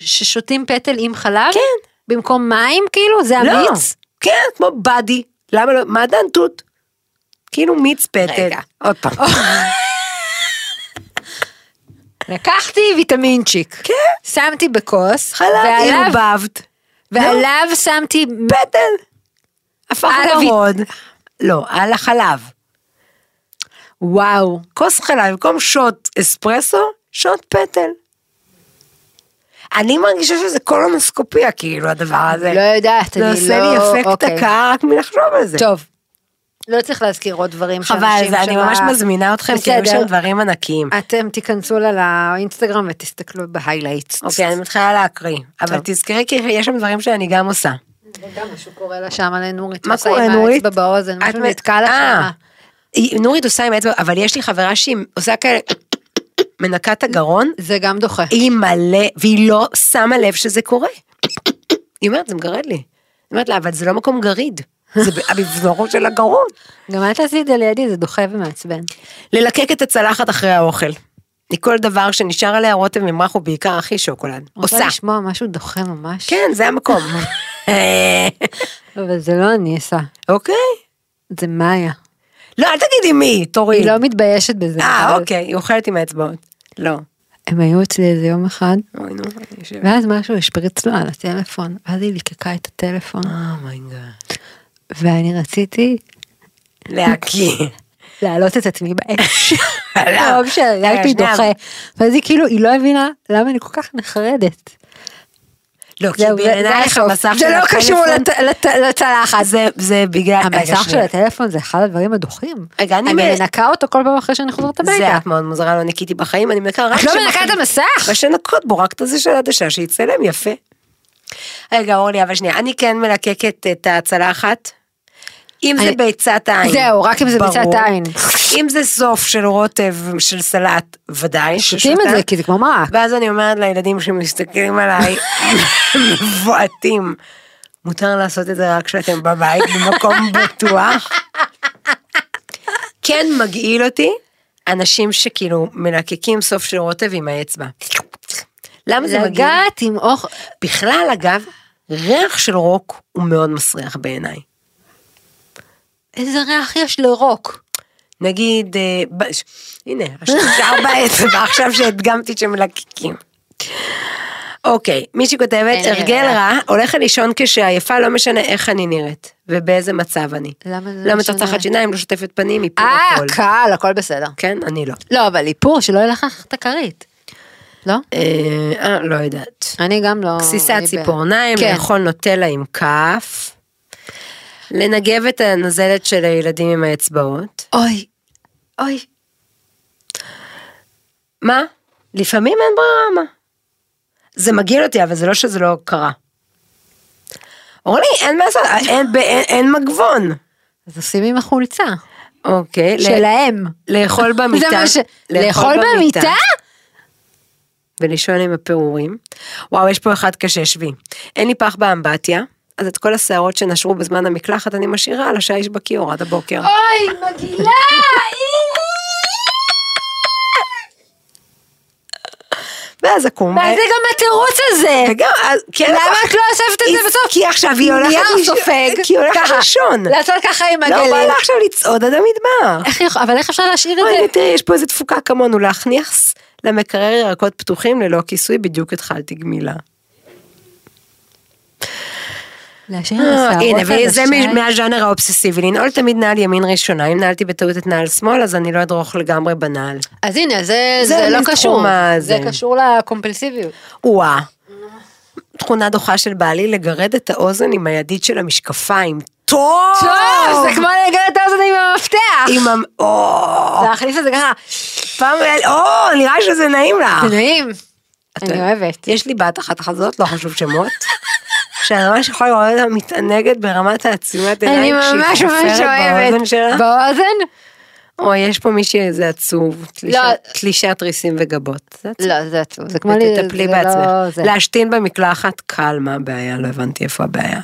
D: ששותים פטל עם חלב?
C: כן.
D: במקום מים, כאילו? זה
C: לא,
D: המיץ?
C: כן, כמו באדי. למה לא? מעדן תות. כאילו מיץ פטל.
D: רגע. אוקיי.
C: עוד פעם.
D: לקחתי ויטמינצ'יק.
C: כן.
D: שמתי בכוס.
C: חלב לא,
D: ועליו-
C: ערבבת.
D: ועליו שמתי...
C: פטל. הפך
D: על הווי-
C: ורוד. לא, על החלב.
D: וואו.
C: כוס חלב, במקום שוט אספרסו, שוט פטל. אני מרגישה שזה קולונוסקופיה, כאילו, הדבר הזה.
D: לא יודעת, אני
C: זה
D: לא...
C: עושה לי אפקט
D: אוקיי.
C: הקאה רק מלחשוב על זה.
D: טוב. לא צריך להזכיר עוד דברים
C: חבל,
D: שאנשים
C: זה אני
D: שמה-
C: ממש מזמינה אתכם, כאילו, כי היו
D: בסדר.
C: שם דברים ענקיים.
D: אתם תיכנסו לה לאינסטגרם ותסתכלו בהיילייטס.
C: אוקיי, אני מתחילה להקריא, אבל
D: טוב.
C: תזכרי כי יש שם דברים שאני גם עושה.
D: גם משהו קורה לה שם לנורית.
C: מה
D: עושה
C: קורה,
D: עם
C: נורית?
D: האצבע באוזן,
C: את
D: משהו
C: מ-
D: נתקע לה
C: אה,
D: שמה.
C: היא- נורית עושה עם האצבע, אבל יש לי חברה שהיא עושה כאלה מנקה את הגרון,
D: זה גם דוחה.
C: היא מלא, והיא לא שמה לב שזה קורה. היא אומרת, זה מגרד לי. היא אומרת לה, אבל זה לא מקום גריד, זה בבזורו של הגרון.
D: גם את עשית את זה לידי, זה דוחה ומעצבן.
C: ללקק את הצלחת אחרי האוכל. מכל דבר שנשאר עליה רותם ממרח הוא בעיקר הכי שוקולד. עושה.
D: רוצה לשמוע משהו דוחה ממש.
C: כן, זה המקום.
D: אבל זה לא אני עושה,
C: אוקיי.
D: זה מאיה.
C: לא, אל תגידי מי, תוריד.
D: היא לא מתביישת בזה.
C: אה,
D: אבל-
C: אוקיי, היא אוכלת עם האצבעות. לא.
D: הם היו אצלי איזה יום אחד,
C: אוי, נו, אני יושבת.
D: ואז משהו השפריץ לו על הטלפון, ואז היא ליקקה את הטלפון,
C: אה. Oh אומייגאד.
D: ואני רציתי
C: להקיא.
D: להעלות את עצמי באש.
C: לא.
D: לא משנה, זה היה
C: אה,
D: כאילו
C: שנייה.
D: דוחה. ואז היא כאילו, היא לא הבינה למה אני כל כך נחרדת.
C: לא, כי
D: זהו, זה- זה
C: בעינייך
D: הסוף.
C: המסך
D: זה
C: של
D: לא קשור
C: הטלפון-
D: לט- לט- לצלחת.
C: זה- זה בגלל... רגע,
D: המסך של
C: שנייה.
D: הטלפון זה אחד הדברים הדוחים.
C: רגע, אני
D: אני
C: מ-
D: מנקה אותו כל פעם אחרי שאני חוזרת
C: זה
D: הביתה.
C: את מאוד מוזרה, לא ניקיתי בחיים, אני מנקה רק...
D: את לא
C: כשמח-
D: מנקה את המסך?
C: מה שנקות בו, רק את הזה של העדשה שיצלם יפה. רגע, אורלי, אבל שנייה, אני כן מלקקת את הצלחת. אם זה
D: אני-
C: ביצת עין.
D: זהו, רק אם זה
C: ברור.
D: ביצת עין.
C: אם זה סוף של רוטב, של סלט, ודאי.
D: שותים את זה, כי זה כמו מרק.
C: ואז אני אומרת לילדים שמסתכלים עליי, מבועטים, מותר לעשות את זה רק כשאתם בבית, במקום בטוח. כן מגעיל אותי אנשים שכאילו מלקקים סוף של רוטב עם האצבע. למה זה מגעיל?
D: לגעת עם אוכל...
C: בכלל, אגב, ריח של רוק הוא מאוד מסריח בעיניי.
D: איזה ריח יש לרוק.
C: נגיד, אה, ב- ש- הנה, השלושה באצבע עכשיו שהדגמתי שמלקקים. אוקיי, מישהי כותבת,
D: אין לי
C: הרגל
D: בעיה.
C: רע, הולכת לישון כשעייפה, לא משנה איך אני נראית, ובאיזה מצב אני.
D: למה זה
C: לא
D: משנה?
C: מצחצחת שיניים, לא שוטפת פנים, איפור
D: אה,
C: הכל.
D: קל, הכל בסדר.
C: כן, אני לא.
D: לא, אבל איפור, שלא ילך לך את הכרית. לא?
C: אה, אה, לא יודעת.
D: אני גם לא...
C: גסיסת
D: אני ב-
C: ציפורניים,
D: כן.
C: לאכול נוטלה עם כף, לנגב את הנזלת של הילדים עם האצבעות.
D: אוי, אוי.
C: מה? לפעמים אין ברירה, מה? זה מגעיל אותי, אבל זה לא שזה לא קרה. אורלי, אין מה לעשות, אין, אין, אין מגבון.
D: אז עושים עם החולצה.
C: אוקיי. ל-
D: שלהם.
C: לאכול במיטה.
D: זה מה ש... לאכול במיטה?
C: ולישון עם הפירורים. וואו, יש פה אחד קשה, שבי. אין לי פח באמבטיה, אז את כל השערות שנשרו בזמן המקלחת אני משאירה על השיש בכיור עד הבוקר.
D: אה, אוי, מגעילה!
C: ואז אקום.
D: מה זה גם התירוץ הזה?
C: וגם, אז- כן,
D: למה
C: אבל-
D: את לא אוספת את
C: היא-
D: זה בסוף?
C: כי עכשיו היא הולכת
D: נייר
C: לישון-
D: סופג.
C: כי היא הולכת
D: ככה.
C: לישון.
D: לעשות ככה עם
C: לא בא
D: הגליל.
C: לה עכשיו לצעוד עד המדבר.
D: איך יכול- אבל איך אפשר להשאיר את
C: אוי,
D: זה?
C: תראי, יש פה איזה תפוקה כמונו, להכניס למקרר ירקות פתוחים ללא כיסוי, בדיוק התחלתי גמילה.
D: להשאיר את השערות
C: אה, הנה,
D: אה, על
C: וזה
D: השי.
C: מ- מהז'אנר האובססיבי, לנעול תמיד נעל ימין ראשונה, אם נעלתי בטעות את נעל שמאל, אז אני לא אדרוך לגמרי בנעל.
D: אז הנה, זה,
C: זה
D: זה, לא
C: מתחום
D: קשור.
C: הזה.
D: זה קשור לקומפלסיביות.
C: וואה. תכונה דוחה של בעלי, לגרד את האוזן עם הידית של המשקפיים. טוב!
D: טוב, זה כמו לגרד את האוזן עם אה. המפתח.
C: עם המ... או!
D: להכניס את זה ככה.
C: פעם... או! נראה שזה נעים לך.
D: זה נעים.
C: את
D: אני
C: יודעת,
D: אוהבת.
C: יש לי בת אחת כזאת, לא חשוב שמות, שאני ממש יכולה לראות אותה מתענגת ברמת העצימת
D: אני
C: עיניים
D: ממש
C: כשהיא
D: ממש
C: חופרת באוזן
D: אוהבת.
C: שלה.
D: באוזן?
C: אוי, יש פה מישהי איזה עצוב, תלישת- תלישת ריסים וגבות. זה עצוב.
D: לא, זה עצוב. זה כמו לי,
C: ותטפלי
D: זה לא
C: בעצמך.
D: זה.
C: להשתין במקלחת, קל, מה הבעיה? לא הבנתי איפה הבעיה.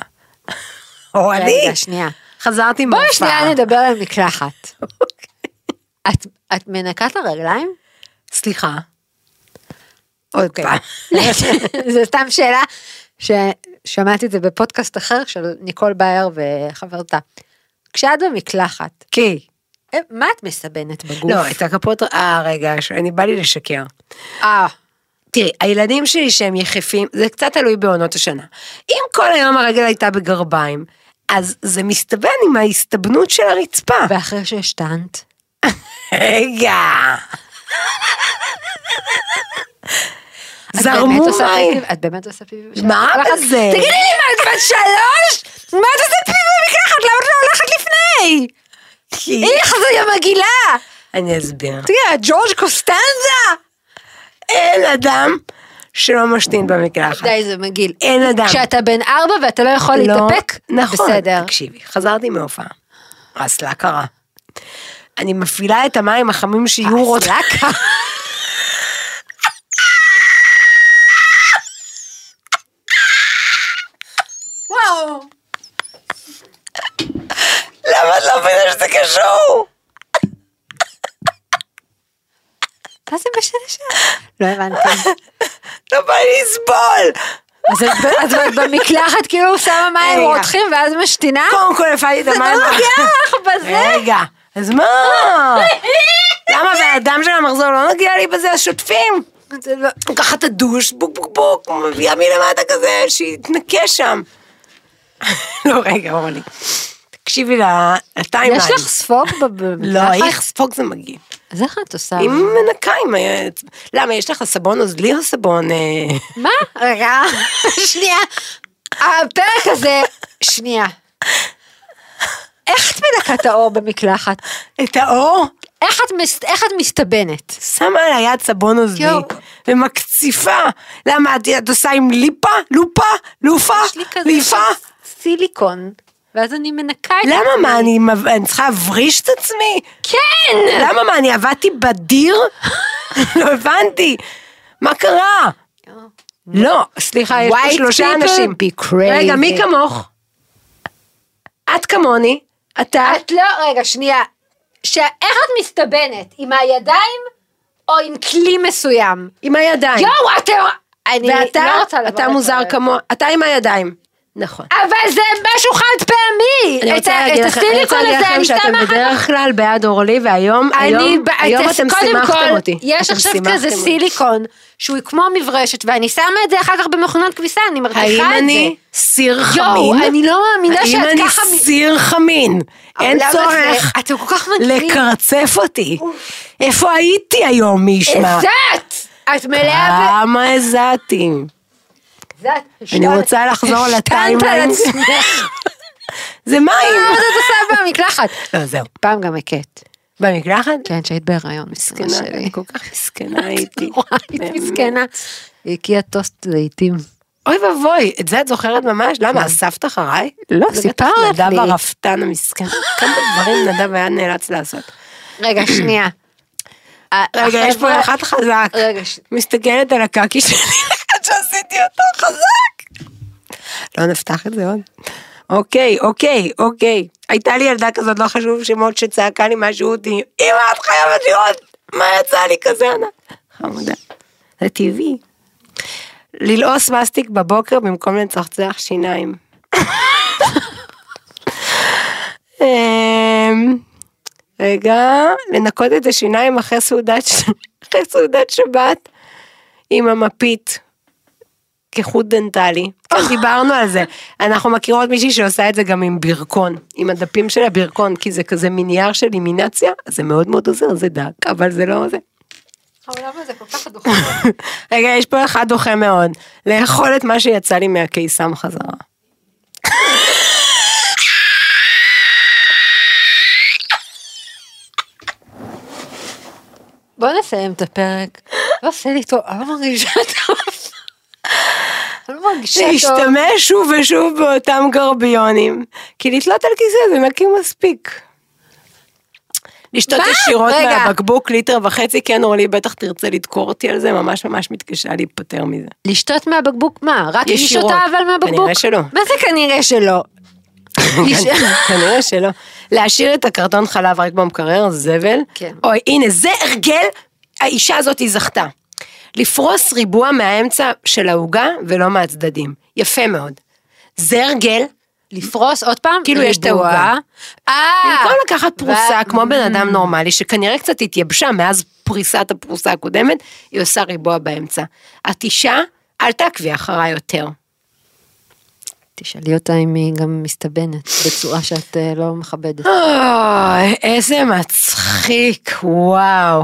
C: אורלי,
D: רגע, שנייה.
C: חזרתי מהופעה.
D: בואי שנייה נדבר על מקלחת. את, את מנקה את הרגליים?
C: סליחה. עוד פעם.
D: זו סתם שאלה ששמעתי את זה בפודקאסט אחר של ניקול בייר וחברתה. כשאת במקלחת,
C: כי.
D: אה, מה את מסבנת בגוף?
C: לא, את הכפות... אה, רגע, ש- אני בא לי לשקר.
D: אה,
C: תראי, הילדים שלי שהם יחפים, זה קצת תלוי בעונות השנה. אם כל היום הרגל הייתה בגרביים, אז זה מסתבן עם ההסתבנות של הרצפה.
D: ואחרי שהשתנת?
C: רגע.
D: את
C: זרמו
D: באמת עושה
C: מים.
D: פיפי- את באמת עושה פיפי בשבת?
C: מה
D: לקחת-
C: בזה?
D: תגידי לי, מה את בת שלוש? מה את עושה פיפי במקלחת? למה את לא הולכת לפני?
C: כי-
D: איך זה גם מגעילה?
C: אני אסביר.
D: תגידי, את ג'ורג' קוסטנזה?
C: אין אדם שלא משתין במקלחת.
D: די, זה מגעיל.
C: אין אדם.
D: כשאתה בן ארבע ואתה לא יכול
C: לא-
D: להתאפק,
C: נכון,
D: בסדר.
C: תקשיבי, חזרתי מהופעה. אסלה קרה. אני מפעילה את המים החמים שיהיו רוצים.
D: אסלה קרה.
C: את לא מבינה שזה קשור?
D: מה זה בשנה שעה? לא הבנתי.
C: לא בא לי לסבול.
D: אז את ב- אז את במקלחת כאילו שמה מים
C: רגע.
D: רותחים ואז משתינה?
C: קודם כל הפעלתי את
D: זה
C: המים.
D: לא נוגע לך בזה.
C: רגע, אז מה? למה בן אדם של המחזור לא נוגע לי בזה, אז שוטפים.
D: זה לא-
C: ככה את הדוש, בוק בוק בוק, מביאה מלמטה כזה, שיתנקה שם. לא, רגע, אורלי. תקשיבי ל- לטיימליין.
D: יש לך ספוג ב-
C: לא,
D: במקלחת?
C: איך ספוג זה מגעיל.
D: אז איך את עושה?
C: היא מנקה עם... ה- למה, יש לך סבון? אז לי הסבון... אה,
D: מה? רגע, שנייה. הפרק הזה, שנייה. איך את מנקה את האור במקלחת?
C: את האור?
D: איך את, מס, איך את מסתבנת?
C: שמה על היד סבון אוזני,
D: יואו.
C: ומקציפה. למה, את, את עושה עם ליפה? לופה? לופה?
D: יש לי כזה
C: ליפה?
D: של סיליקון, ואז אני מנקה את
C: למה,
D: עצמי.
C: מה, אני, מב- אני צריכה להבריש את עצמי?
D: כן!
C: למה, מה, אני עבדתי בדיר? לא הבנתי. מה קרה? לא, סליחה, יש פה
D: White
C: שלושה
D: people
C: אנשים.
D: be crazy.
C: רגע, מי כמוך? את כמוני, אתה,
D: את לא, רגע, שנייה. ש... איך את מסתבנת? עם הידיים או עם כלי מסוים?
C: עם הידיים.
D: יואו, אתם... אני
C: ואתה,
D: לא רוצה לבוא
C: אתה מוזר
D: לדבר.
C: כמוה, אתה עם הידיים. נכון.
D: אבל זה משהו חד פעמי!
C: אני רוצה
D: את ה-
C: להגיד
D: את
C: לכם, אני
D: הסיליקון
C: רוצה להגיד
D: הזה,
C: לכם
D: אני
C: שאתם
D: שמה אחת
C: בדרך כלל בעד אורלי, והיום, היום,
D: ב-
C: היום
D: אז
C: אתם
D: קודם
C: שימחתם
D: כל,
C: אותי.
D: יש
C: אתם
D: עכשיו
C: שימחתם
D: כזה
C: אותי.
D: סיליקון, שהוא כמו מברשת, ואני שמה את זה אחר כך במכונת כביסה, אני מרתיחה את זה.
C: האם אני סיר
D: יואו,
C: חמין?
D: אני לא מאמינה
C: האם
D: שאת
C: אני
D: ככה... מ-
C: סיר חמין? אין
D: העולם הזה,
C: צורך
D: אתם כל כך מגניבים.
C: לקרצף אותי. איפה הייתי היום, מי ישמע?
D: הזעת! את מלאה ב...
C: כמה הזעתי.
D: הזעת.
C: אה, אני רוצה לחזור
D: השתנת
C: לטיימליין.
D: על עצמך.
C: זה מים.
D: מה את עושה במקלחת?
C: לא, זהו.
D: פעם גם הכית.
C: במקלחת?
D: כן, שהיית בהיריון, מסכנה שלי.
C: אני כל כך מסכנה הייתי.
D: נורא היית מסכנה. היא הקיאה טוסט זיתים.
C: אוי ואבוי, את זה את זוכרת ממש? למה, אספת אחריי?
D: כן. לא,
C: זה בטח
D: סיפרת לי.
C: נדב הרפתן המסכן. כמה דברים נדב היה נאלץ לעשות.
D: רגע, שנייה.
C: רגע, יש פה אחת חזק.
D: רגע, ש-
C: מסתכלת על הקקי שלי, עד שעשיתי אותו חזק. לא נפתח את זה עוד. אוקיי, אוקיי, אוקיי. הייתה לי ילדה כזאת, לא חשוב שמות, שצעקה לי משהו, אותי, אמא, את חייבת לראות מה יצא לי כזה ענק. חמודה. זה טבעי. ללעוס מסטיק בבוקר במקום לצחצח שיניים. אמ, רגע, לנקות את השיניים אחרי סעודת, ש- אחרי סעודת שבת עם המפית. כחוט דנטלי. כן, דיברנו על זה. אנחנו מכירות מישהי שעושה את זה גם עם בירקון, עם הדפים של הבירקון, כי זה כזה מנייר של לימינציה, אז זה מאוד מאוד עוזר, זה דק, אבל זה לא זה.
D: העולם הזה כל כך דוחה.
C: רגע, יש פה אחד דוחה מאוד. לאכול את מה שיצא לי מהקיסם חזרה.
D: בוא נסיים את הפרק. לא עושה לי טוב, אני לא מרגישה טוב. אני לא מרגישה טוב.
C: להשתמש שוב ושוב באותם גרביונים, כי לתלות על כיסא זה נקי מספיק. לשתות
D: מה?
C: ישירות
D: רגע.
C: מהבקבוק, ליטר וחצי, כן אורלי, בטח תרצה לדקור אותי על זה, ממש ממש מתקשה להיפטר מזה.
D: לשתות מהבקבוק מה? רק היא
C: ישירות.
D: שותה אבל מהבקבוק?
C: כנראה שלא.
D: מה זה כנראה שלא? היא ש-
C: כנראה שלא. להשאיר את הקרטון חלב רק במקרר, זבל.
D: כן.
C: אוי, הנה, זה הרגל, האישה הזאת היא זכתה. לפרוס ריבוע מהאמצע של העוגה ולא מהצדדים. יפה מאוד. זה הרגל.
D: לפרוס עוד פעם?
C: כאילו יש את
D: ריבוע.
C: העוגה.
D: אה!
C: במקום לקחת פרוסה
D: ו- Mm.
C: כמו בן אדם נורמלי, שכנראה קצת התייבשה מאז פריסת הפרוסה הקודמת, היא עושה ריבוע באמצע. את אישה, אל תעקבי אחריי יותר.
D: תשאלי אותה אם היא גם מסתבנת בצורה שאת אה, לא מכבדת.
C: אוי, איזה מצחיק, וואו.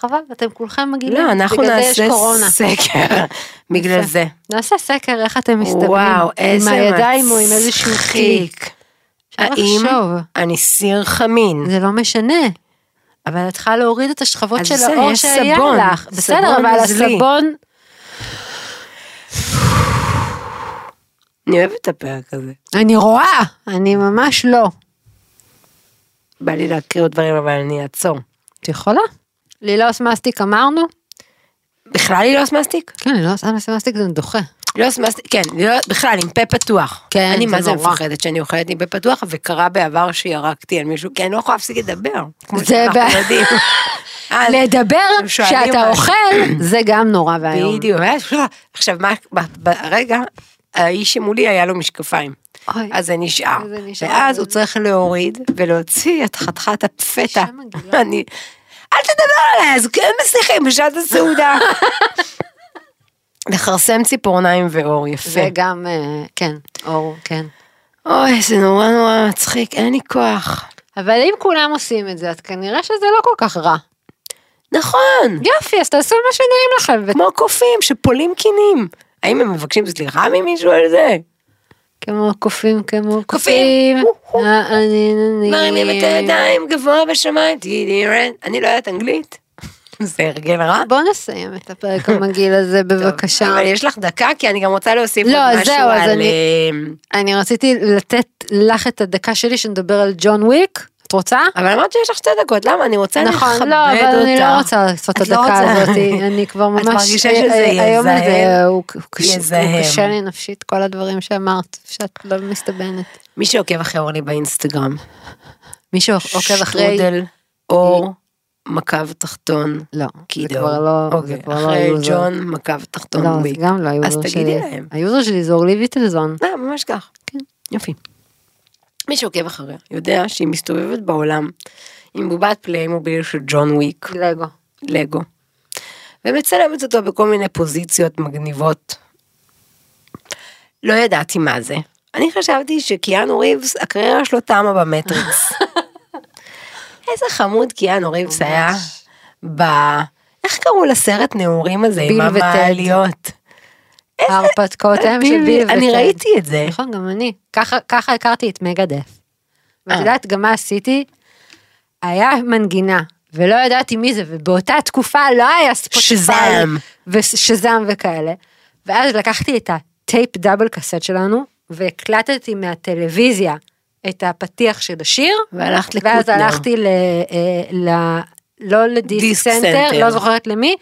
D: חבל, אתם כולכם מגעילים.
C: לא, אנחנו
D: בגלל זה יש
C: נעשה
D: קורונה.
C: סקר בגלל
D: יפה.
C: זה.
D: נעשה סקר איך אתם מסתבנים.
C: וואו, איזה
D: עם הידיים או עם איזשהו כלי.
C: מצחיק.
D: אפשר
C: האם
D: לחשוב.
C: אני סיר חמין?
D: זה לא משנה. אבל את צריכה להוריד את השכבות
C: אז
D: של
C: בסדר,
D: האור
C: יש
D: שהיה
C: סבון.
D: לך. בסדר,
C: סבון
D: אבל
C: נוזלי.
D: הסבון...
C: אני אוהבת את הפרק הזה.
D: אני רואה. אני ממש לא.
C: בא לי להקריא עוד דברים, אבל אני אעצור.
D: את יכולה? לילוס מסטיק אמרנו?
C: בכלל היא לא עושה מסטיק?
D: כן, לילוס מסטיק זה דוחה.
C: לא סמסתי, כן, לא, בכלל עם פה פתוח.
D: כן,
C: אני
D: זה
C: מה זה
D: נורא.
C: מפחדת שאני אוכלת עם פה פתוח, וקרה בעבר שירקתי על מישהו, כי אני לא יכולה להפסיק לדבר. כמו
D: זה
C: שאנחנו
D: ב-
C: יודעים. אז
D: לדבר
C: הם שואלים
D: כשאתה
C: מה-
D: אוכל, זה גם נורא ואיום.
C: בדיוק, ואז, עכשיו מה, ב- ברגע, האיש שמולי היה לו משקפיים.
D: אוי.
C: אז זה נשאר.
D: אז זה נשאר.
C: ואז הוא צריך להוריד ולהוציא את חתיכת הפתע.
D: אישה מגעילה.
C: אני, אל תדבר עליי, אז כן מסליחים בשעת הסעודה. לכרסם ציפורניים ואור, יפה.
D: זה גם, אה, כן, אור, כן.
C: אוי, זה נורא נורא מצחיק, אין לי כוח.
D: אבל אם כולם עושים את זה, אז כנראה שזה לא כל כך רע.
C: נכון,
D: יופי, אז תעשו מה שנעים לכם. ו-
C: כמו קופים שפולים קינים. האם הם מבקשים סליחה ממישהו על זה?
D: כמו קופים, כמו קופים.
C: הו, הו.
D: אה, אני, אני,
C: מרימים את
D: אני.
C: הידיים גבוה בשמיים, תהיי דירן. אני לא יודעת אנגלית. זה הרגל רע.
D: בואו נסיים את הפרק המגעיל הזה בבקשה.
C: אבל יש לך דקה, כי אני גם רוצה להוסיף
D: לא,
C: עוד משהו
D: זהו, אז
C: על...
D: אני-
C: אה,
D: אני רציתי לתת לך את הדקה שלי שנדבר על ג'ון וויק. את רוצה?
C: אבל אמרת שיש לך שתי דקות, למה? אני רוצה לכבד אותה.
D: נכון, לא, אבל אני לא רוצה לעשות את
C: את לא
D: הדקה
C: רוצה.
D: הזאת, אני כבר ממש...
C: את מרגישה
D: אה,
C: שזה
D: אה, היום
C: יזהם?
D: הזה הוא הוא קשה- הוא
C: יזהם.
D: קשה לי נפשית, כל הדברים שאמרת, שאת לא מסתבנת.
C: מי שעוקב אחרי אורלי באינסטגרם,
D: מי שעוקב אחרי...
C: שטרודל, אור, מקו תחתון,
D: לא, זה
C: קידו.
D: כבר לא... זה
C: כאילו. אוקיי,
D: כבר לא
C: אחרי
D: היוזר.
C: ג'ון, מקו תחתון,
D: לא, זה
C: וויק.
D: גם לא היוזר
C: אז
D: שלי.
C: תגידי להם.
D: היוזר שלי זה אורלי ויטלזון.
C: אה, ממש כך. כן. יופי. מי שעוקב אחריה יודע שהיא מסתובבת בעולם עם בובת פליימוביל של ג'ון וויק,
D: לגו.
C: לגו, ומצלמת אותו בכל מיני פוזיציות מגניבות. לא ידעתי מה זה. אני חשבתי שקיאנו ריבס, הקריירה שלו תמה במטריקס. איזה חמוד קיאנו ריבס היה ב... איך קראו לסרט נעורים הזה עם
D: ביל וטד.
C: המעליות?
D: ההרפתקאותיהם של
C: ביל-
D: ביל וטד.
C: אני ראיתי את זה.
D: נכון, גם אני. ככה- ככה הכרתי את מגדף. ואת
C: אה.
D: יודעת גם מה עשיתי? היה מנגינה, ולא ידעתי מי זה, ובאותה תקופה לא היה ספוטיפיי.
C: שזאם.
D: ושזם וכאלה. ואז לקחתי את הטייפ דאבל קסט שלנו, והקלטתי מהטלוויזיה את הפתיח של השיר.
C: והלכת לקוטנר.
D: ואז הלכתי ל... אה, ל... לא לדיסק
C: דיסק
D: סנטר,
C: סנטר.
D: לא זוכרת למי,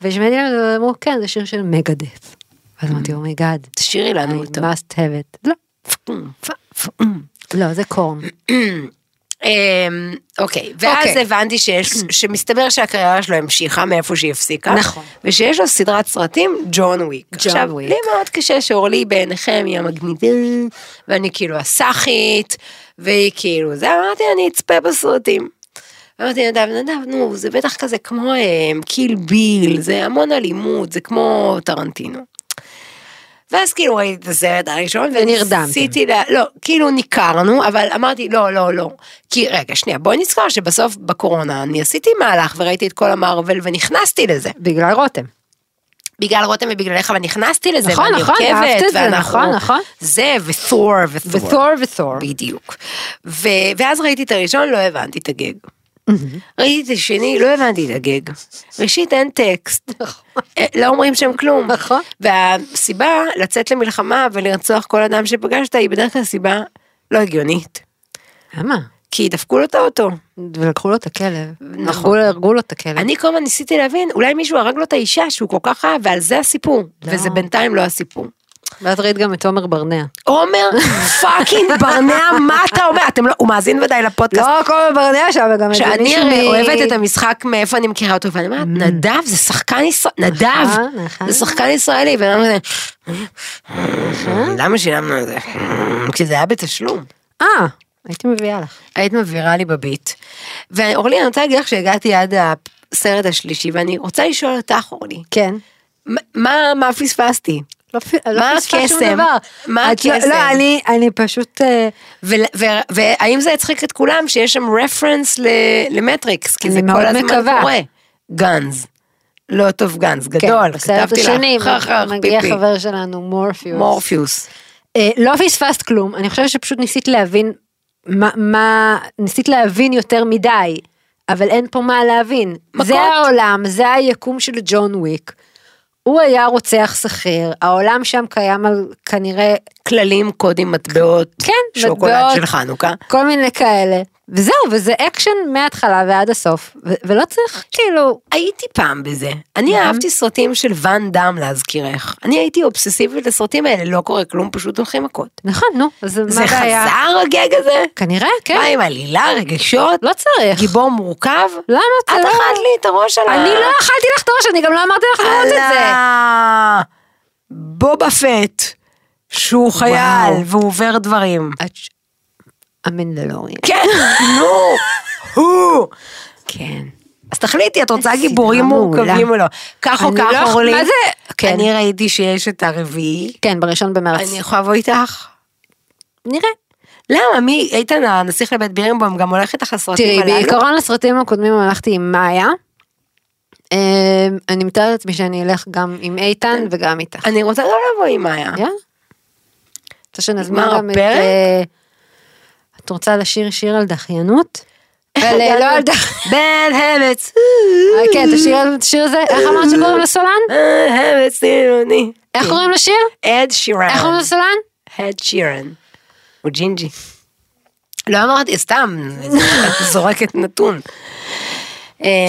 D: והשמעתי להם ואמרו, כן, זה שיר של מגדף. ואז אמרתי, אומייגאד,
C: תשאירי
D: I
C: לנו אותו.
D: must have it. לא, לא, זה קורן.
C: אמ, אוקיי, ואז
D: אוקיי.
C: הבנתי שיש, שמסתבר שהקריירה שלו המשיכה מאיפה שהיא הפסיקה.
D: נכון.
C: ושיש לו סדרת סרטים, ג'ון וויק.
D: ג'ון
C: עכשיו,
D: וויק. אוקיי.
C: לי מאוד קשה שאורלי בעיניכם היא המגניבה, ואני כאילו הסאחית, והיא כאילו זה, אמרתי, אני אצפה בסרטים. אמרתי נדב, נדב, נו, זה בטח כזה כמו אה, קיל ביל, זה המון אלימות, זה כמו טרנטינו. ואז כאילו ראיתי את הסרט הראשון,
D: ונרדמתם.
C: וניסיתי, לה, לא, כאילו ניכרנו, אבל אמרתי, לא, לא, לא. כי רגע, שנייה, בואי נזכר שבסוף בקורונה אני עשיתי מהלך וראיתי את כל המערבל ונכנסתי לזה.
D: בגלל רותם.
C: בגלל רותם ובגללך, אבל נכנסתי לזה,
D: נכון,
C: ואני
D: נכון,
C: עוקבת,
D: אהבת את זה,
C: ואנחנו-
D: נכון, נכון.
C: זה, ותור, ותור.
D: ותור ותור.
C: בדיוק. ו... ואז ראיתי את הראשון, לא הבנתי את הגג. ראיתי את השני, לא הבנתי את הגג. ראשית, אין טקסט. אה, לא אומרים שם כלום.
D: נכון.
C: והסיבה לצאת למלחמה ולרצוח כל אדם שפגשת היא בדרך כלל סיבה לא הגיונית.
D: למה?
C: כי דפקו לו את האוטו.
D: ולקחו לו את הכלב.
C: נכון.
D: נכון. הרגו לו את הכלב.
C: אני כל הזמן ניסיתי להבין, אולי מישהו הרג לו את האישה שהוא כל כך אהב, ועל זה הסיפור.
D: לא.
C: וזה בינתיים לא הסיפור.
D: ואת ראית גם את עומר ברנע.
C: עומר פאקינג ברנע, מה אתה אומר? אתם לא, הוא מאזין ודאי לפודקאסט.
D: לא, עומר ברנע שם, גם
C: שאני הרי אוהבת
D: אה,
C: את המשחק מאיפה אני מכירה אותו, ואני אומרת, נדב זה שחקן ישראלי, נדב,
D: נכון, נכון.
C: זה שחקן ישראלי, ואני אומרת, למה שילמנו על זה? כי זה היה בתשלום.
D: אה, הייתי מביאה לך.
C: היית מבהירה לי בביט. ואורלי, אני רוצה להגיד לך שהגעתי עד הסרט השלישי, ואני רוצה לשאול אותך, אורלי,
D: כן.
C: מה- מה מה פספסתי?
D: לא פי- לא
C: מה
D: פספסת שום
C: הקסם?
D: דבר.
C: מה
D: את לא-
C: הקסם?
D: לא, אני- אני פשוט... אה,
C: ול- ו- והאם זה יצחיק את כולם שיש שם רפרנס למטריקס, כי
D: אני
C: זה
D: מאוד
C: כל הזמן
D: מקווה.
C: קורה. גאנז. לא טוב גאנז, גדול,
D: כן, בסרט
C: כתבתי
D: השני
C: לך, חח חח
D: מגיע
C: פיפי,
D: חבר שלנו, מורפיוס.
C: מורפיוס.
D: אה, לא פספסת כלום, אני חושבת שפשוט ניסית להבין מה, מה, ניסית להבין יותר מדי, אבל אין פה מה להבין.
C: מכות.
D: זה העולם, זה היקום של ג'ון וויק. הוא היה רוצח שכיר, העולם שם קיים על כנראה
C: כללים, קודים, מטבעות,
D: כן,
C: שוקולד
D: מטבעות.
C: של חנוכה.
D: כל מיני כאלה. וזהו, וזה אקשן מההתחלה ועד הסוף, ו- ולא צריך כאילו...
C: הייתי פעם בזה. אני
D: גם?
C: אהבתי סרטים של ואן דאם להזכירך. אני הייתי אובססיבית לסרטים האלה, לא קורה כלום, פשוט הולכים מכות.
D: נכון, נו, אז מה
C: זה
D: הבעיה?
C: חזר הגג הזה?
D: כנראה, כן.
C: מה עם עלילה, רגשות?
D: לא צריך.
C: גיבור מורכב?
D: למה אתה
C: את
D: לא-
C: אכלת לי את הראש על ה...
D: אני לא אכלתי לך את הראש, אני גם לא אמרתי לך לראות את זה.
C: אללה. בובה פט, שהוא חייל
D: וואו.
C: והוא עובר דברים.
D: את ש- המנדלוריאן.
C: כן, נו, הוא.
D: כן.
C: אז תחליטי, את רוצה
D: איזה
C: גיבורים
D: סדרה
C: מורכבים
D: מעולה.
C: או לא. כך או
D: אני
C: כך,
D: לא-
C: אורלי.
D: מה זה? כן.
C: אני ראיתי שיש את הרביעי.
D: כן, בראשון במרץ.
C: אני יכולה לבוא איתך?
D: נראה.
C: למה? מי? איתן, הנסיך לבית בירנבוים גם הולך איתך
D: תראי,
C: לסרטים הללו?
D: בעיקרון לסרטים הקודמים הלכתי עם מאיה. אמ, אני מתארת לעצמי שאני אלך גם עם
C: כן.
D: איתן וגם איתך.
C: אני רוצה גם לבוא עם מאיה.
D: יאללה. רוצה שנזמין
C: נגמר
D: גם את...
C: אה. הפרק?
D: אה, את רוצה לשיר שיר על דחיינות? אבל אה, לא על דחיינות.
C: בן המץ.
D: כן, תשאיר את השיר הזה. איך אמרת שקוראים לסולן?
C: בן המץ נילוני.
D: איך קוראים לשיר?
C: אד שירן.
D: איך קוראים לסולן?
C: הד שירן. הוא ג'ינג'י. לא אמרתי, סתם, את זורקת נתון.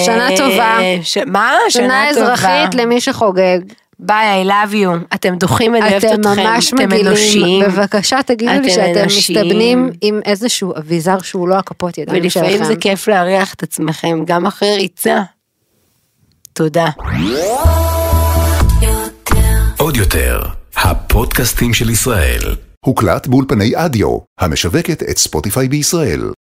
D: שנה
C: אה,
D: טובה.
C: ש- מה?
D: שנה אזרחית למי שחוגג.
C: ביי, I love you. אתם דוחים, אני אוהבת
D: אתם
C: אתכם.
D: ממש
C: אתם
D: מגעילים.
C: אנושיים.
D: בבקשה תגידו לי
C: אתם
D: שאתם
C: אנושיים.
D: מסתבנים עם איזשהו אביזר שהוא לא הכפות ידיים שלכם.
C: ולפעמים זה כיף להריח את עצמכם, גם אחרי ריצה. תודה.
A: עוד יותר, הפודקאסטים של ישראל.
E: הוקלט באולפני אדיו, המשווקת את ספוטיפיי בישראל.